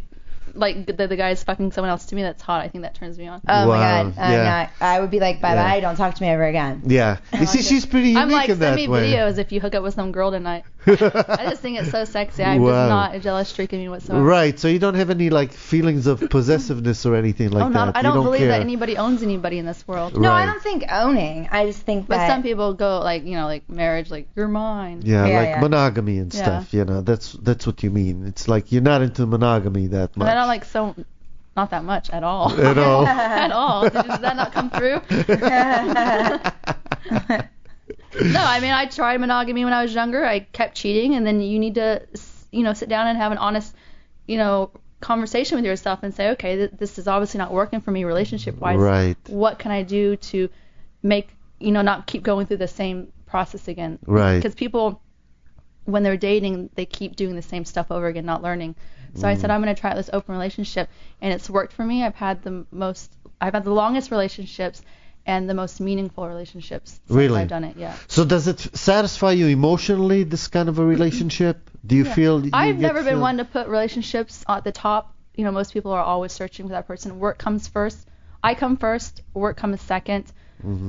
Speaker 7: like that the guy is fucking someone else. To me, that's hot. I think that turns me on.
Speaker 4: Uh,
Speaker 5: Oh my
Speaker 4: Wow,
Speaker 5: god, I'm
Speaker 4: yeah.
Speaker 5: not. I would be like, bye
Speaker 4: Yeah.
Speaker 5: bye, don't talk to me ever again.
Speaker 4: Yeah, you see, she's pretty unique
Speaker 7: I'm like,
Speaker 4: in
Speaker 7: send
Speaker 4: that
Speaker 7: me
Speaker 4: way.
Speaker 7: videos if you hook up with some girl tonight. I just think it's so sexy. I'm
Speaker 4: Wow.
Speaker 7: just not a jealous streak in me whatsoever.
Speaker 4: Right, so you don't have any like feelings of possessiveness or anything like
Speaker 7: I'm not,
Speaker 4: that.
Speaker 7: Oh, I
Speaker 4: You
Speaker 7: don't, believe
Speaker 4: care.
Speaker 7: that anybody owns anybody in this world.
Speaker 5: No,
Speaker 4: Right.
Speaker 5: I don't think owning. I just think
Speaker 7: But
Speaker 5: that
Speaker 7: some people go like, you know, like marriage, like you're mine.
Speaker 4: Yeah,
Speaker 5: Yeah,
Speaker 4: like
Speaker 5: yeah.
Speaker 4: monogamy and
Speaker 7: Yeah.
Speaker 4: stuff. You know, that's that's what you mean. It's like you're not into monogamy that
Speaker 7: And
Speaker 4: much
Speaker 7: I don't like so, not that much at all.
Speaker 4: at all.
Speaker 7: at all. Did, did that not come through? no, I mean I tried monogamy when I was younger. I kept cheating, and then you need to, s- you know, sit down and have an honest, you know, conversation with yourself and say, okay, th- this is obviously not working for me relationship wise.
Speaker 4: Right.
Speaker 7: What can I do to make, you know, not keep going through the same process again?
Speaker 4: Right.
Speaker 7: Because people, when they're dating, they keep doing the same stuff over again, not learning. So I
Speaker 4: Mm.
Speaker 7: said I'm going to try this open relationship, and it's worked for me. I've had the most, I've had the longest relationships, and the most meaningful relationships since
Speaker 4: Really?
Speaker 7: I've done it. Yeah.
Speaker 4: So does it satisfy you emotionally? This kind of a relationship? Do you feel? you
Speaker 7: I've
Speaker 4: get
Speaker 7: never been
Speaker 4: feel-
Speaker 7: one to put relationships at the top. You know, most people are always searching for that person. Work comes first. I come first. Work comes 2nd
Speaker 4: Mm-hmm.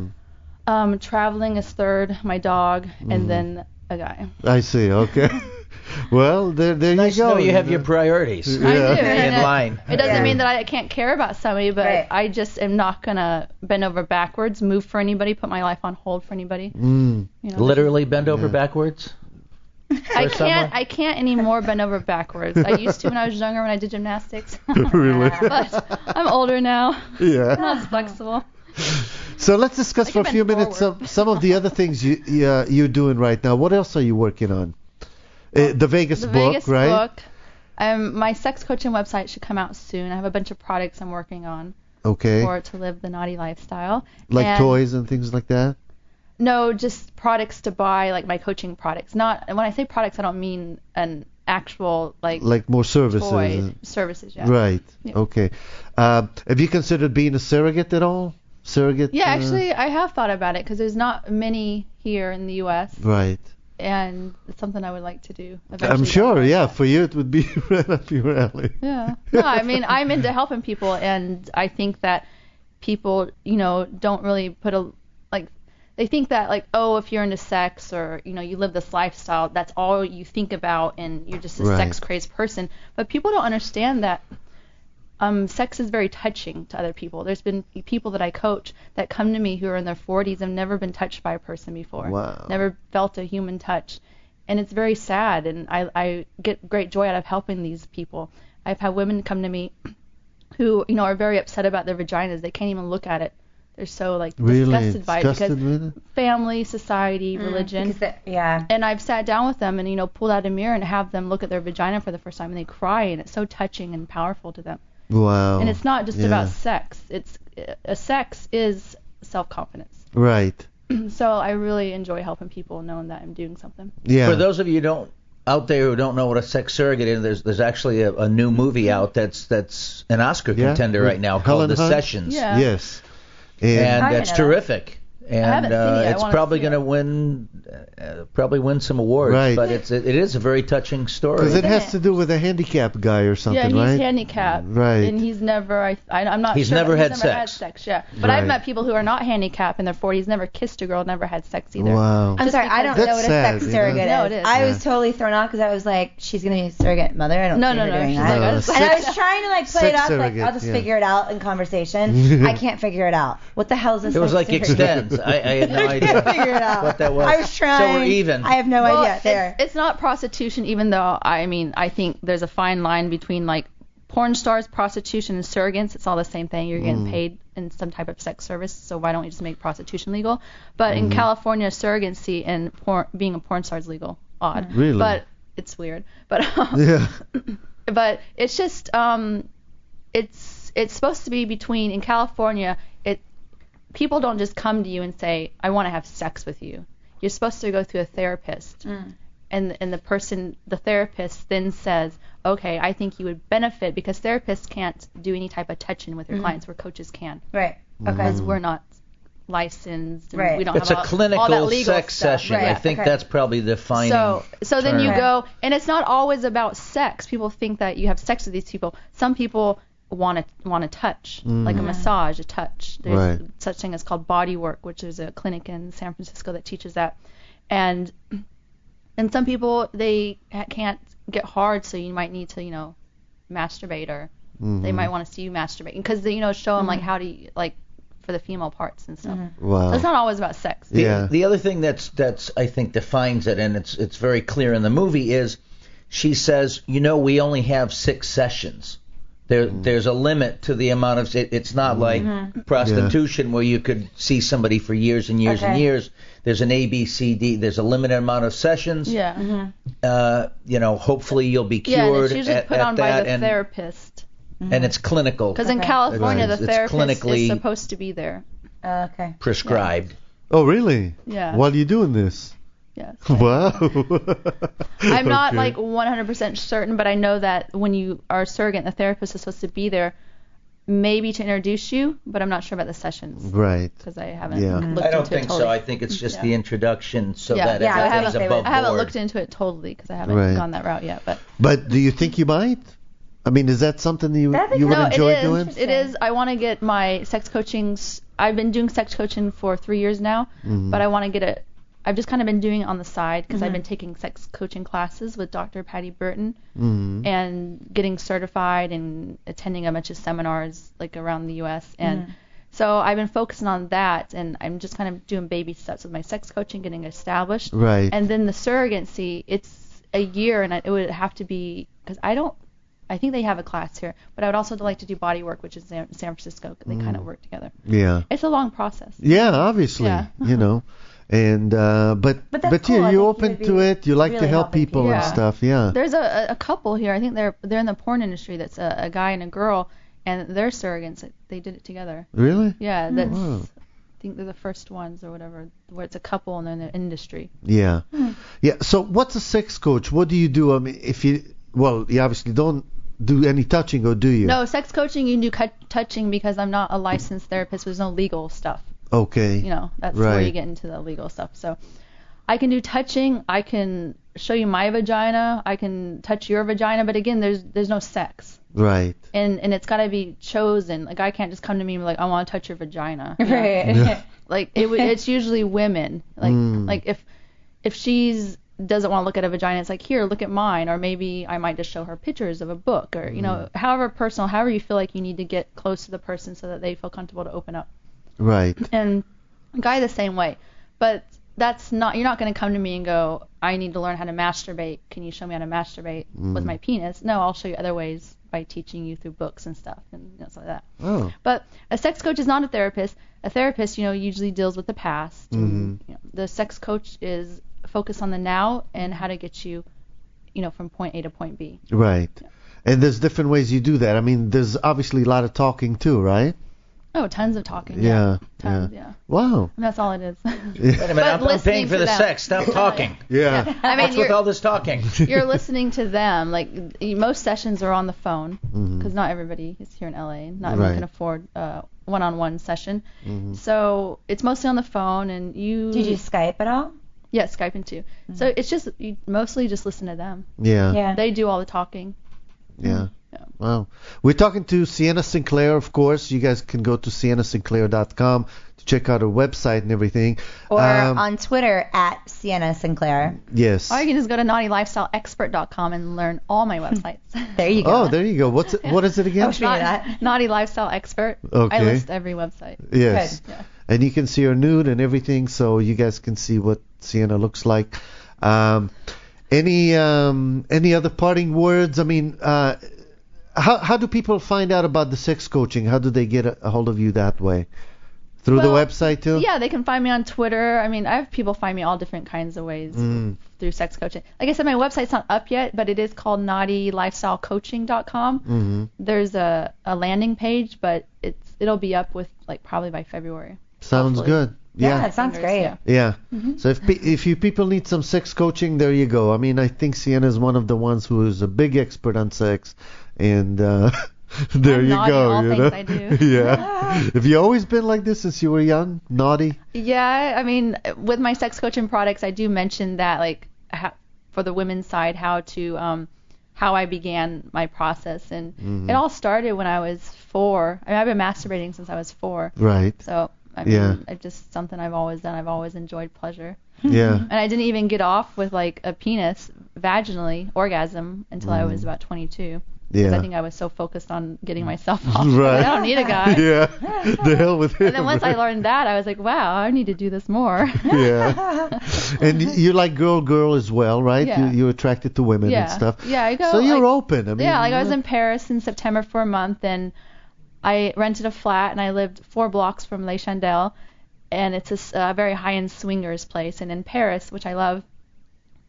Speaker 7: Um, traveling is third. My dog,
Speaker 4: Mm-hmm.
Speaker 7: and then a guy.
Speaker 4: I see. Okay. well, there there
Speaker 6: nice
Speaker 4: you
Speaker 6: to
Speaker 4: go.
Speaker 6: know you have
Speaker 4: know.
Speaker 6: your priorities
Speaker 7: I do.
Speaker 4: Yeah.
Speaker 7: and uh,
Speaker 6: in
Speaker 7: it-
Speaker 6: line.
Speaker 7: It doesn't
Speaker 5: Yeah.
Speaker 7: mean that I can't care about somebody, but
Speaker 5: Right.
Speaker 7: I just am not gonna bend over backwards, move for anybody, put my life on hold for anybody.
Speaker 4: Mm,
Speaker 7: You know,
Speaker 6: Literally bend over backwards.
Speaker 7: I can't.
Speaker 6: someone?
Speaker 7: I can't anymore bend over backwards. I used to when I was younger when I did gymnastics.
Speaker 4: really?
Speaker 7: but I'm older now.
Speaker 4: Yeah.
Speaker 7: Not as flexible.
Speaker 4: So let's discuss for a
Speaker 7: bend
Speaker 4: few minutes
Speaker 7: forward.
Speaker 4: some, some of the other things you you, uh, you're doing right now. What else are you working on? Uh, the Vegas
Speaker 7: The
Speaker 4: book,
Speaker 7: Vegas
Speaker 4: right?
Speaker 7: book. Um, my sex coaching website should come out soon. I have a bunch of products I'm working on
Speaker 4: Okay.
Speaker 7: for to live the naughty lifestyle.
Speaker 4: like
Speaker 7: And-
Speaker 4: toys and things like that.
Speaker 7: No, just products to buy, like my coaching products. Not when I say products, I don't mean an actual like,
Speaker 4: Like more services.
Speaker 7: toy services. Yeah.
Speaker 4: Right.
Speaker 7: Yeah.
Speaker 4: Okay. Um, have you considered being a surrogate at all? Surrogate.
Speaker 7: Yeah,
Speaker 4: uh,
Speaker 7: actually, I have thought about it because there's not many here in the U.S.
Speaker 4: Right.
Speaker 7: and it's something I would like to do. Eventually.
Speaker 4: I'm sure. Yeah. For you, it would be right up your alley.
Speaker 7: Yeah. No, I mean, I'm into helping people, and I think that people, you know, don't really put a like. They think that like, oh, if you're into sex or you know you live this lifestyle, that's all you think about, and you're just a
Speaker 4: Right.
Speaker 7: sex crazed person. But people don't understand that um, sex is very touching to other people. There's been people that I coach that come to me who are in their 40s and never been touched by a person before.
Speaker 4: Wow.
Speaker 7: Never felt a human touch. And it's very sad. And I, I get great joy out of helping these people. I've had women come to me who, you know, are very upset about their vaginas. They can't even look at it. They're so like
Speaker 4: Really.
Speaker 7: disgusted by it
Speaker 4: disgusted
Speaker 7: because
Speaker 4: with it?
Speaker 7: family, society, religion.
Speaker 5: because that- yeah,
Speaker 7: and I've sat down with them and you know pulled out a mirror and have them look at their vagina for the first time and they cry and it's so touching and powerful to them
Speaker 4: Wow.
Speaker 7: and it's not just
Speaker 4: yeah.
Speaker 7: about sex. It's uh, sex is self confidence.
Speaker 4: Right.
Speaker 7: So I really enjoy helping people knowing that I'm doing something.
Speaker 4: Yeah.
Speaker 6: For those of you who don't out there who don't know what a sex surrogate is, there's there's actually a, a new movie
Speaker 7: Mm-hmm.
Speaker 6: out that's that's an Oscar
Speaker 4: Yeah,
Speaker 6: contender
Speaker 4: with
Speaker 6: right now
Speaker 4: Helen
Speaker 6: called The
Speaker 4: Hunt.
Speaker 6: Sessions,
Speaker 7: Yeah.
Speaker 4: Yes. And
Speaker 6: and
Speaker 5: I
Speaker 6: that's
Speaker 5: know that.
Speaker 6: terrific. and
Speaker 7: haven't seen it
Speaker 6: uh,
Speaker 7: yet. I
Speaker 6: it's
Speaker 7: wanna
Speaker 6: probably
Speaker 7: see
Speaker 6: going
Speaker 7: it.
Speaker 6: to win, uh, probably win some awards.
Speaker 4: Right.
Speaker 6: But it's it, it is a very touching story.
Speaker 4: Because it
Speaker 7: Isn't
Speaker 4: has
Speaker 7: it?
Speaker 4: to do with a handicapped guy or something,
Speaker 7: Yeah, he's
Speaker 4: right?
Speaker 7: handicapped.
Speaker 4: Right.
Speaker 7: And he's never. I, I I'm not.
Speaker 6: He's
Speaker 7: sure,
Speaker 6: never
Speaker 7: he's
Speaker 6: had
Speaker 7: never
Speaker 6: sex.
Speaker 7: had sex. Yeah. But
Speaker 4: Right.
Speaker 7: I've met people who are not handicapped in their 40s, never kissed a girl, never had sex either.
Speaker 4: wow.
Speaker 5: I'm
Speaker 7: Just
Speaker 5: sorry, I
Speaker 7: because-
Speaker 5: don't
Speaker 4: That's
Speaker 5: know what a
Speaker 4: sad,
Speaker 5: sex
Speaker 4: you know?
Speaker 5: surrogate
Speaker 7: No,
Speaker 5: is.
Speaker 7: it is.
Speaker 5: I
Speaker 7: Yeah.
Speaker 5: was totally thrown off because I was like, she's gonna be a surrogate mother. I don't
Speaker 7: No,
Speaker 5: see
Speaker 7: no,
Speaker 5: her
Speaker 7: no.
Speaker 5: doing
Speaker 7: She's
Speaker 5: that.
Speaker 7: like, I
Speaker 4: No,
Speaker 7: just
Speaker 4: sex-
Speaker 5: and I was trying to like play it
Speaker 4: Sex
Speaker 5: off, like
Speaker 4: surrogate,
Speaker 5: I'll just
Speaker 4: yeah.
Speaker 5: figure it out in conversation. I can't figure it out. What the hell is this?
Speaker 6: It was like extends. I, I had no idea.
Speaker 5: figure it out.
Speaker 6: What that was.
Speaker 5: I was
Speaker 6: So
Speaker 5: trying.
Speaker 6: we're even.
Speaker 5: I have no
Speaker 7: Well,
Speaker 5: idea. There.
Speaker 7: It's, it's not prostitution, even though I mean I think there's a fine line between like porn stars, prostitution, and surrogates. It's all the same thing. You're
Speaker 5: Mm.
Speaker 7: getting paid in some type of sex service, so why don't we just make prostitution legal? But in
Speaker 5: Mm-hmm.
Speaker 7: California, surrogacy and porn, being a porn star is legal. Odd.
Speaker 4: Really?
Speaker 7: But it's weird. But um,
Speaker 4: Yeah.
Speaker 7: but it's just um it's it's supposed to be between in California it people don't just come to you and say I want to have sex with you you're supposed to go through a therapist and and the person the therapist then says okay I think you would benefit because therapists can't do any type of touching with your clients where coaches can
Speaker 5: right. Okay.
Speaker 7: because we're not licensed and
Speaker 5: Right.
Speaker 7: we don't
Speaker 6: It's a
Speaker 7: have all, all that
Speaker 6: clinical
Speaker 7: legal
Speaker 6: sex
Speaker 7: stuff.
Speaker 6: session.
Speaker 7: Right.
Speaker 6: I think
Speaker 5: okay.
Speaker 6: that's probably the defining.
Speaker 7: So, so then you
Speaker 6: term.
Speaker 7: go, and it's not always about sex. People think that you have sex with these people. Some people want to want to touch, like a massage, a touch. There's
Speaker 4: Right.
Speaker 7: such thing as called body work, which is a clinic in San Francisco that teaches that, and and some people they ha- can't get hard, so you might need to, you know, masturbate or they might want to see you masturbating because they, you know, show them like how to like for the female parts and stuff.
Speaker 4: Wow.
Speaker 7: It's not always about sex.
Speaker 6: The,
Speaker 4: Yeah.
Speaker 6: the other thing that's that's I think defines it, and it's it's very clear in the movie, is she says, you know, we only have six sessions. There, there's a limit to the amount of. It, it's not
Speaker 7: Mm-hmm.
Speaker 6: like prostitution where you could see somebody for years and years and
Speaker 5: Okay.
Speaker 6: years. There's an A, B, C, D. There's a limited amount of sessions.
Speaker 7: Yeah.
Speaker 6: Uh, you know, hopefully you'll be
Speaker 7: Yeah, and
Speaker 6: cured
Speaker 7: it's usually
Speaker 6: at,
Speaker 7: put
Speaker 6: at
Speaker 7: on by
Speaker 6: that,
Speaker 7: the
Speaker 6: and,
Speaker 7: therapist.
Speaker 6: and it's clinical,
Speaker 7: Because in
Speaker 5: Okay.
Speaker 7: California,
Speaker 6: Right.
Speaker 7: the
Speaker 6: It's
Speaker 7: therapist
Speaker 6: clinically-
Speaker 7: is supposed to be there.
Speaker 5: Uh, okay.
Speaker 6: prescribed.
Speaker 4: Oh, really?
Speaker 7: Yeah.
Speaker 4: While you're doing this?
Speaker 7: Yes.
Speaker 4: Wow.
Speaker 7: I'm not
Speaker 4: Okay.
Speaker 7: like 100% certain, but I know that when you are a surrogate, the therapist is supposed to be there, maybe to introduce you, but I'm not sure about the sessions
Speaker 4: Right.
Speaker 7: because I haven't
Speaker 4: Yeah.
Speaker 7: looked
Speaker 6: I don't
Speaker 7: into it
Speaker 6: think
Speaker 7: totally.
Speaker 6: so. I think it's just
Speaker 7: Yeah.
Speaker 6: the introduction so
Speaker 7: yeah,
Speaker 6: that
Speaker 7: yeah, I
Speaker 6: everything's
Speaker 7: haven't,
Speaker 6: above
Speaker 7: I haven't
Speaker 6: board.
Speaker 7: looked into it totally because I haven't
Speaker 4: Right.
Speaker 7: gone that route yet. But
Speaker 4: But do you think you might? I mean, is that something that you
Speaker 5: That'd be
Speaker 4: you would
Speaker 7: no,
Speaker 4: enjoy
Speaker 7: it is.
Speaker 4: doing?
Speaker 7: It is. I want to get my sex coaching. s- I've been doing sex coaching for three years now,
Speaker 4: Mm-hmm.
Speaker 7: but I want to get it. I've just kind of been doing it on the side because I've been taking sex coaching classes with Dr. Patty Burton
Speaker 4: Mm-hmm.
Speaker 7: and getting certified and attending a bunch of seminars like around the U.S. And
Speaker 4: Mm-hmm.
Speaker 7: so I've been focusing on that, and I'm just kind of doing baby steps with my sex coaching, getting established.
Speaker 4: Right.
Speaker 7: And then the surrogacy, it's a year, and I- it would have to be because I don't. I think they have a class here, but I would also like to do body work, which is San San Francisco. They
Speaker 4: Mm.
Speaker 7: kind of work together.
Speaker 4: Yeah.
Speaker 7: It's a long process.
Speaker 4: Yeah, obviously.
Speaker 7: Yeah.
Speaker 4: you know. And uh but
Speaker 5: But
Speaker 4: but,
Speaker 5: that's cool. I
Speaker 4: yeah,
Speaker 5: think
Speaker 4: you're
Speaker 5: you
Speaker 4: open
Speaker 5: would be
Speaker 4: to it. You like to
Speaker 5: really
Speaker 4: help
Speaker 5: helping
Speaker 4: people, and
Speaker 7: people.
Speaker 4: stuff. Yeah.
Speaker 7: There's a, a couple here. I think they're they're in the porn industry. That's a, a guy and a girl, and they're surrogates. They did it together.
Speaker 4: Really?
Speaker 7: Yeah, that's.
Speaker 4: Hmm. Wow.
Speaker 7: I think they're the first ones or whatever, where it's a couple and they're in the industry.
Speaker 4: Yeah.
Speaker 7: Hmm.
Speaker 4: Yeah. So what's a sex coach? What do you do? I mean, if you well, you obviously don't do any touching, or do you?
Speaker 7: No, sex coaching you can do cut, touching because I'm not a licensed therapist. There's no legal stuff.
Speaker 4: Okay.
Speaker 7: You know, that's where
Speaker 4: Right.
Speaker 7: you get into the legal stuff. So I can do touching. I can show you my vagina. I can touch your vagina. But again, there's there's no sex,
Speaker 4: Right.
Speaker 7: and and it's got to be chosen. Like I can't just come to me and be like I want to touch your vagina. you know?
Speaker 5: Right.
Speaker 7: Like it, w- it's usually women. Like like if if she's doesn't want to look at a vagina, it's like here, look at mine, or maybe I might just show her pictures of a book, or you know, however personal, however you feel like you need to get close to the person so that they feel comfortable to open up.
Speaker 4: Right.
Speaker 7: And guy the same way, but that's not you're not going to come to me and go, I need to learn how to masturbate. Can you show me how to masturbate with my penis? No, I'll show you other ways by teaching you through books and stuff and you know, stuff like that.
Speaker 4: Oh.
Speaker 7: But a sex coach is not a therapist. A therapist, you know, usually deals with the past. And, you know, the sex coach is focused on the now and how to get you, you know, from point A to point B.
Speaker 4: Right. And there's different ways you do that. I mean, there's obviously a lot of talking too, right?
Speaker 7: Oh, tons of talking.
Speaker 4: Yeah.
Speaker 7: Tons, yeah.
Speaker 4: Wow.
Speaker 7: And that's all it is.
Speaker 6: Wait a minute, I'm, I'm
Speaker 7: listening
Speaker 6: paying for
Speaker 7: to
Speaker 6: the
Speaker 7: them.
Speaker 6: sex. Stop talking.
Speaker 4: Yeah.
Speaker 7: I mean,
Speaker 6: What's with all
Speaker 7: you're,
Speaker 6: this talking?
Speaker 7: you're listening to them. Like y- most sessions are on the phone because not everybody is here in LA. Not everyone
Speaker 4: Mm-hmm. Right. Mm-hmm.
Speaker 7: can afford uh, one-on-one session. So it's mostly on the phone, and you
Speaker 5: Did you Skype at all?
Speaker 7: yeah Skype and too. So it's just you mostly just listen to them.
Speaker 4: Yeah.
Speaker 5: Yeah.
Speaker 7: They do all the talking.
Speaker 4: Yeah. Wow. We're talking to Sienna Sinclair, of course. You guys can go to siennasinclair.com to check out her website and everything.
Speaker 5: or
Speaker 4: Um,
Speaker 5: on Twitter at Sienna Sinclair.
Speaker 4: yes.
Speaker 7: Or you can just go to naughtylifestyleexpert.com and learn all my websites.
Speaker 5: There you go.
Speaker 4: Oh, there you go. What's it, what is it again?
Speaker 5: should we do that?
Speaker 7: Naughty Lifestyle Expert.
Speaker 4: Okay.
Speaker 7: I list every website.
Speaker 4: Yes.
Speaker 5: Good.
Speaker 4: And you can see her nude and everything, so you guys can see what Sienna looks like. Um, any um, any other parting words? I mean, uh, how how do people find out about the sex coaching? How do they get a, a hold of you that way? Through the
Speaker 7: Well,
Speaker 4: website too?
Speaker 7: Yeah, they can find me on Twitter. I mean, I have people find me all different kinds of ways
Speaker 4: Mm.
Speaker 7: through sex coaching. Like I said, my website's not up yet, but it is called naughtylifestylecoaching.com. Mm-hmm. There's a, a landing page, but it's it'll be up with like probably by February.
Speaker 4: Sounds
Speaker 7: hopefully. Mm-hmm.
Speaker 4: good.
Speaker 5: Yeah, that sounds
Speaker 7: Fingers,
Speaker 5: great.
Speaker 7: yeah.
Speaker 4: Yeah. So if pe- if you people need some sex coaching, there you go. I mean, I think Sienna is one of the ones who is a big expert on sex, and uh, there
Speaker 7: I'm
Speaker 4: you
Speaker 7: naughty
Speaker 4: go.
Speaker 7: all
Speaker 4: you know?
Speaker 7: things I do.
Speaker 4: yeah. Have you always been like this since you were young? Naughty.
Speaker 7: Yeah, I mean, with my sex coaching products, I do mention that, like, ha- for the women's side, how to, um, how I began my process, and
Speaker 4: Mm-hmm.
Speaker 7: it all started when I was four. I mean, I've been masturbating since I was four,
Speaker 4: Right.
Speaker 7: so I mean,
Speaker 4: Yeah.
Speaker 7: it's just something I've always done. I've always enjoyed pleasure,
Speaker 4: Yeah.
Speaker 7: and I didn't even get off with like a penis vaginally orgasm until I was about 22. 'Cause I
Speaker 4: Mm. Yeah.
Speaker 7: think I was so focused on getting myself off.
Speaker 4: Right.
Speaker 7: I don't need a guy.
Speaker 4: Yeah. the hell with him.
Speaker 7: And then once I learned that, I was like, wow, I need to do this more.
Speaker 4: yeah. And y- you like girl girl as well, right?
Speaker 7: Yeah.
Speaker 4: You you're attracted to women
Speaker 7: yeah.
Speaker 4: and stuff.
Speaker 7: Yeah, I go.
Speaker 4: so you're
Speaker 7: like,
Speaker 4: open. I mean,
Speaker 7: Yeah, like I was in Paris in September for a month, and I rented a flat, and I lived four blocks from Les Chandelles, and it's a s- a very high-end swingers place. And in Paris, which I love,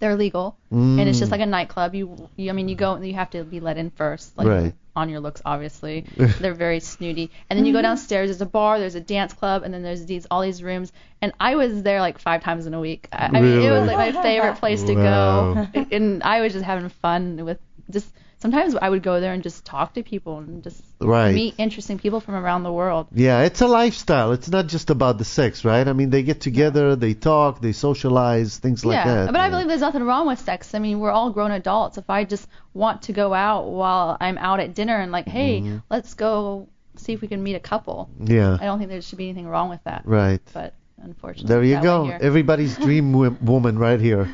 Speaker 7: they're legal, and it's
Speaker 4: Mm.
Speaker 7: just like a nightclub. You, you, I mean, you go, you have to be let in first, like
Speaker 4: Right.
Speaker 7: on your looks, obviously. they're very snooty. And then you
Speaker 4: Mm.
Speaker 7: go downstairs. There's a bar. There's a dance club, and then there's these all these rooms. And I was there like five times in a week. I, I mean, it
Speaker 4: Really?
Speaker 7: was like my favorite place to
Speaker 4: Wow.
Speaker 7: go, and I was just having fun with just. Sometimes I would go there and just talk to people and just
Speaker 4: Right.
Speaker 7: meet interesting people from around the world.
Speaker 4: Yeah, it's a lifestyle. It's not just about the sex, right? I mean, they get together, they talk, they socialize, things like
Speaker 7: yeah,
Speaker 4: that.
Speaker 7: but I believe there's nothing wrong with sex. I mean, we're all grown adults. If I just want to go out while I'm out at dinner and like, hey,
Speaker 4: Mm-hmm.
Speaker 7: let's go see if we can meet a couple.
Speaker 4: Yeah,
Speaker 7: I don't think there should be anything wrong with that.
Speaker 4: right.
Speaker 7: But unfortunately,
Speaker 4: There you
Speaker 7: that
Speaker 4: go.
Speaker 7: went here.
Speaker 4: Everybody's dream wo- woman right here.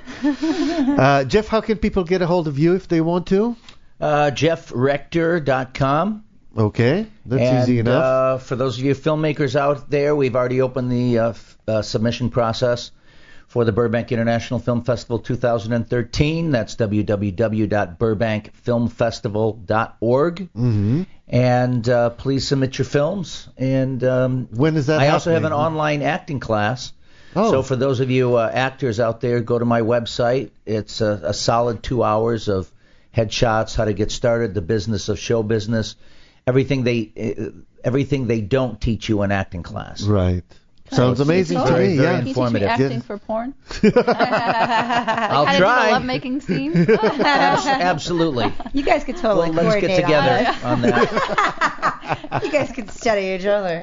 Speaker 4: uh, Jeff, how can people get a hold of you if they want to?
Speaker 6: Uh, JeffRector.com.
Speaker 4: Okay, that's
Speaker 6: and,
Speaker 4: easy enough.
Speaker 6: Uh, for those of you filmmakers out there, we've already opened the uh, f- uh, submission process for the Burbank International Film Festival 2013. That's www.burbankfilmfestival.org. Mm-hmm. And uh, please submit your films. And um,
Speaker 4: when is that?
Speaker 6: I also have an
Speaker 4: happening?
Speaker 6: online acting class.
Speaker 4: Oh.
Speaker 6: So for those of you uh, actors out there, go to my website. It's a, a solid two hours of headshots, how to get started, the business of show business, everything they uh, everything they don't teach you in acting class.
Speaker 4: Right. Sounds amazing to
Speaker 7: Very,
Speaker 4: me.
Speaker 6: very
Speaker 4: Yeah.
Speaker 7: Can you teach me
Speaker 6: informative.
Speaker 7: acting
Speaker 4: Yeah.
Speaker 7: for porn?
Speaker 6: I'll
Speaker 7: How to do a
Speaker 6: try.
Speaker 7: lovemaking scene?
Speaker 6: Abs- absolutely.
Speaker 5: You guys could totally
Speaker 6: Well, let's
Speaker 5: coordinate
Speaker 6: get
Speaker 5: on
Speaker 6: together on that.
Speaker 5: that. You guys could study each other.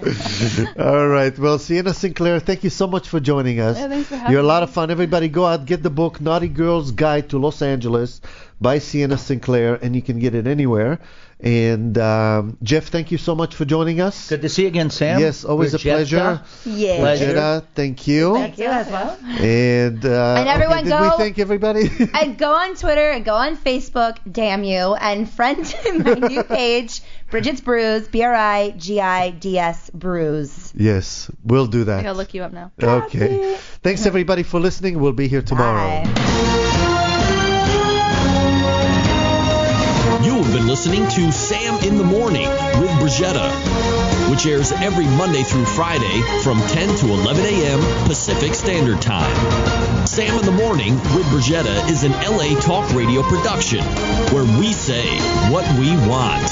Speaker 4: All right. Well, Sienna Sinclair, thank you so much for joining us.
Speaker 7: Yeah, thanks for having
Speaker 4: You're a lot
Speaker 7: me.
Speaker 4: of fun. Everybody, go out get the book "Naughty Girls Guide to Los Angeles" by Sienna Sinclair, and you can get it anywhere. And um, Jeff, thank you so much for joining us.
Speaker 6: Good to see you again, Sam.
Speaker 4: Yes, always a
Speaker 6: Rejecta.
Speaker 4: pleasure.
Speaker 5: Yeah.
Speaker 6: Pleasure.
Speaker 4: Jada, thank you.
Speaker 5: Thank you as well.
Speaker 4: And uh,
Speaker 5: And everyone
Speaker 4: okay, did
Speaker 5: go-
Speaker 4: we thank everybody?
Speaker 5: And go on Twitter and go on Facebook, damn you, and friend my new page, Bridget's Brews, B R I G I D S Brews.
Speaker 4: yes, we'll do
Speaker 7: I gotta
Speaker 4: that.
Speaker 7: look you up now.
Speaker 4: Okay. Thanks everybody for listening. We'll be here tomorrow.
Speaker 5: Bye.
Speaker 3: You have been listening to Sam in the Morning with Brigetta, which airs every Monday through Friday from 10 to 11 a.m. Pacific Standard Time. Sam in the Morning with Brigetta is an LA talk radio production where we say what we want.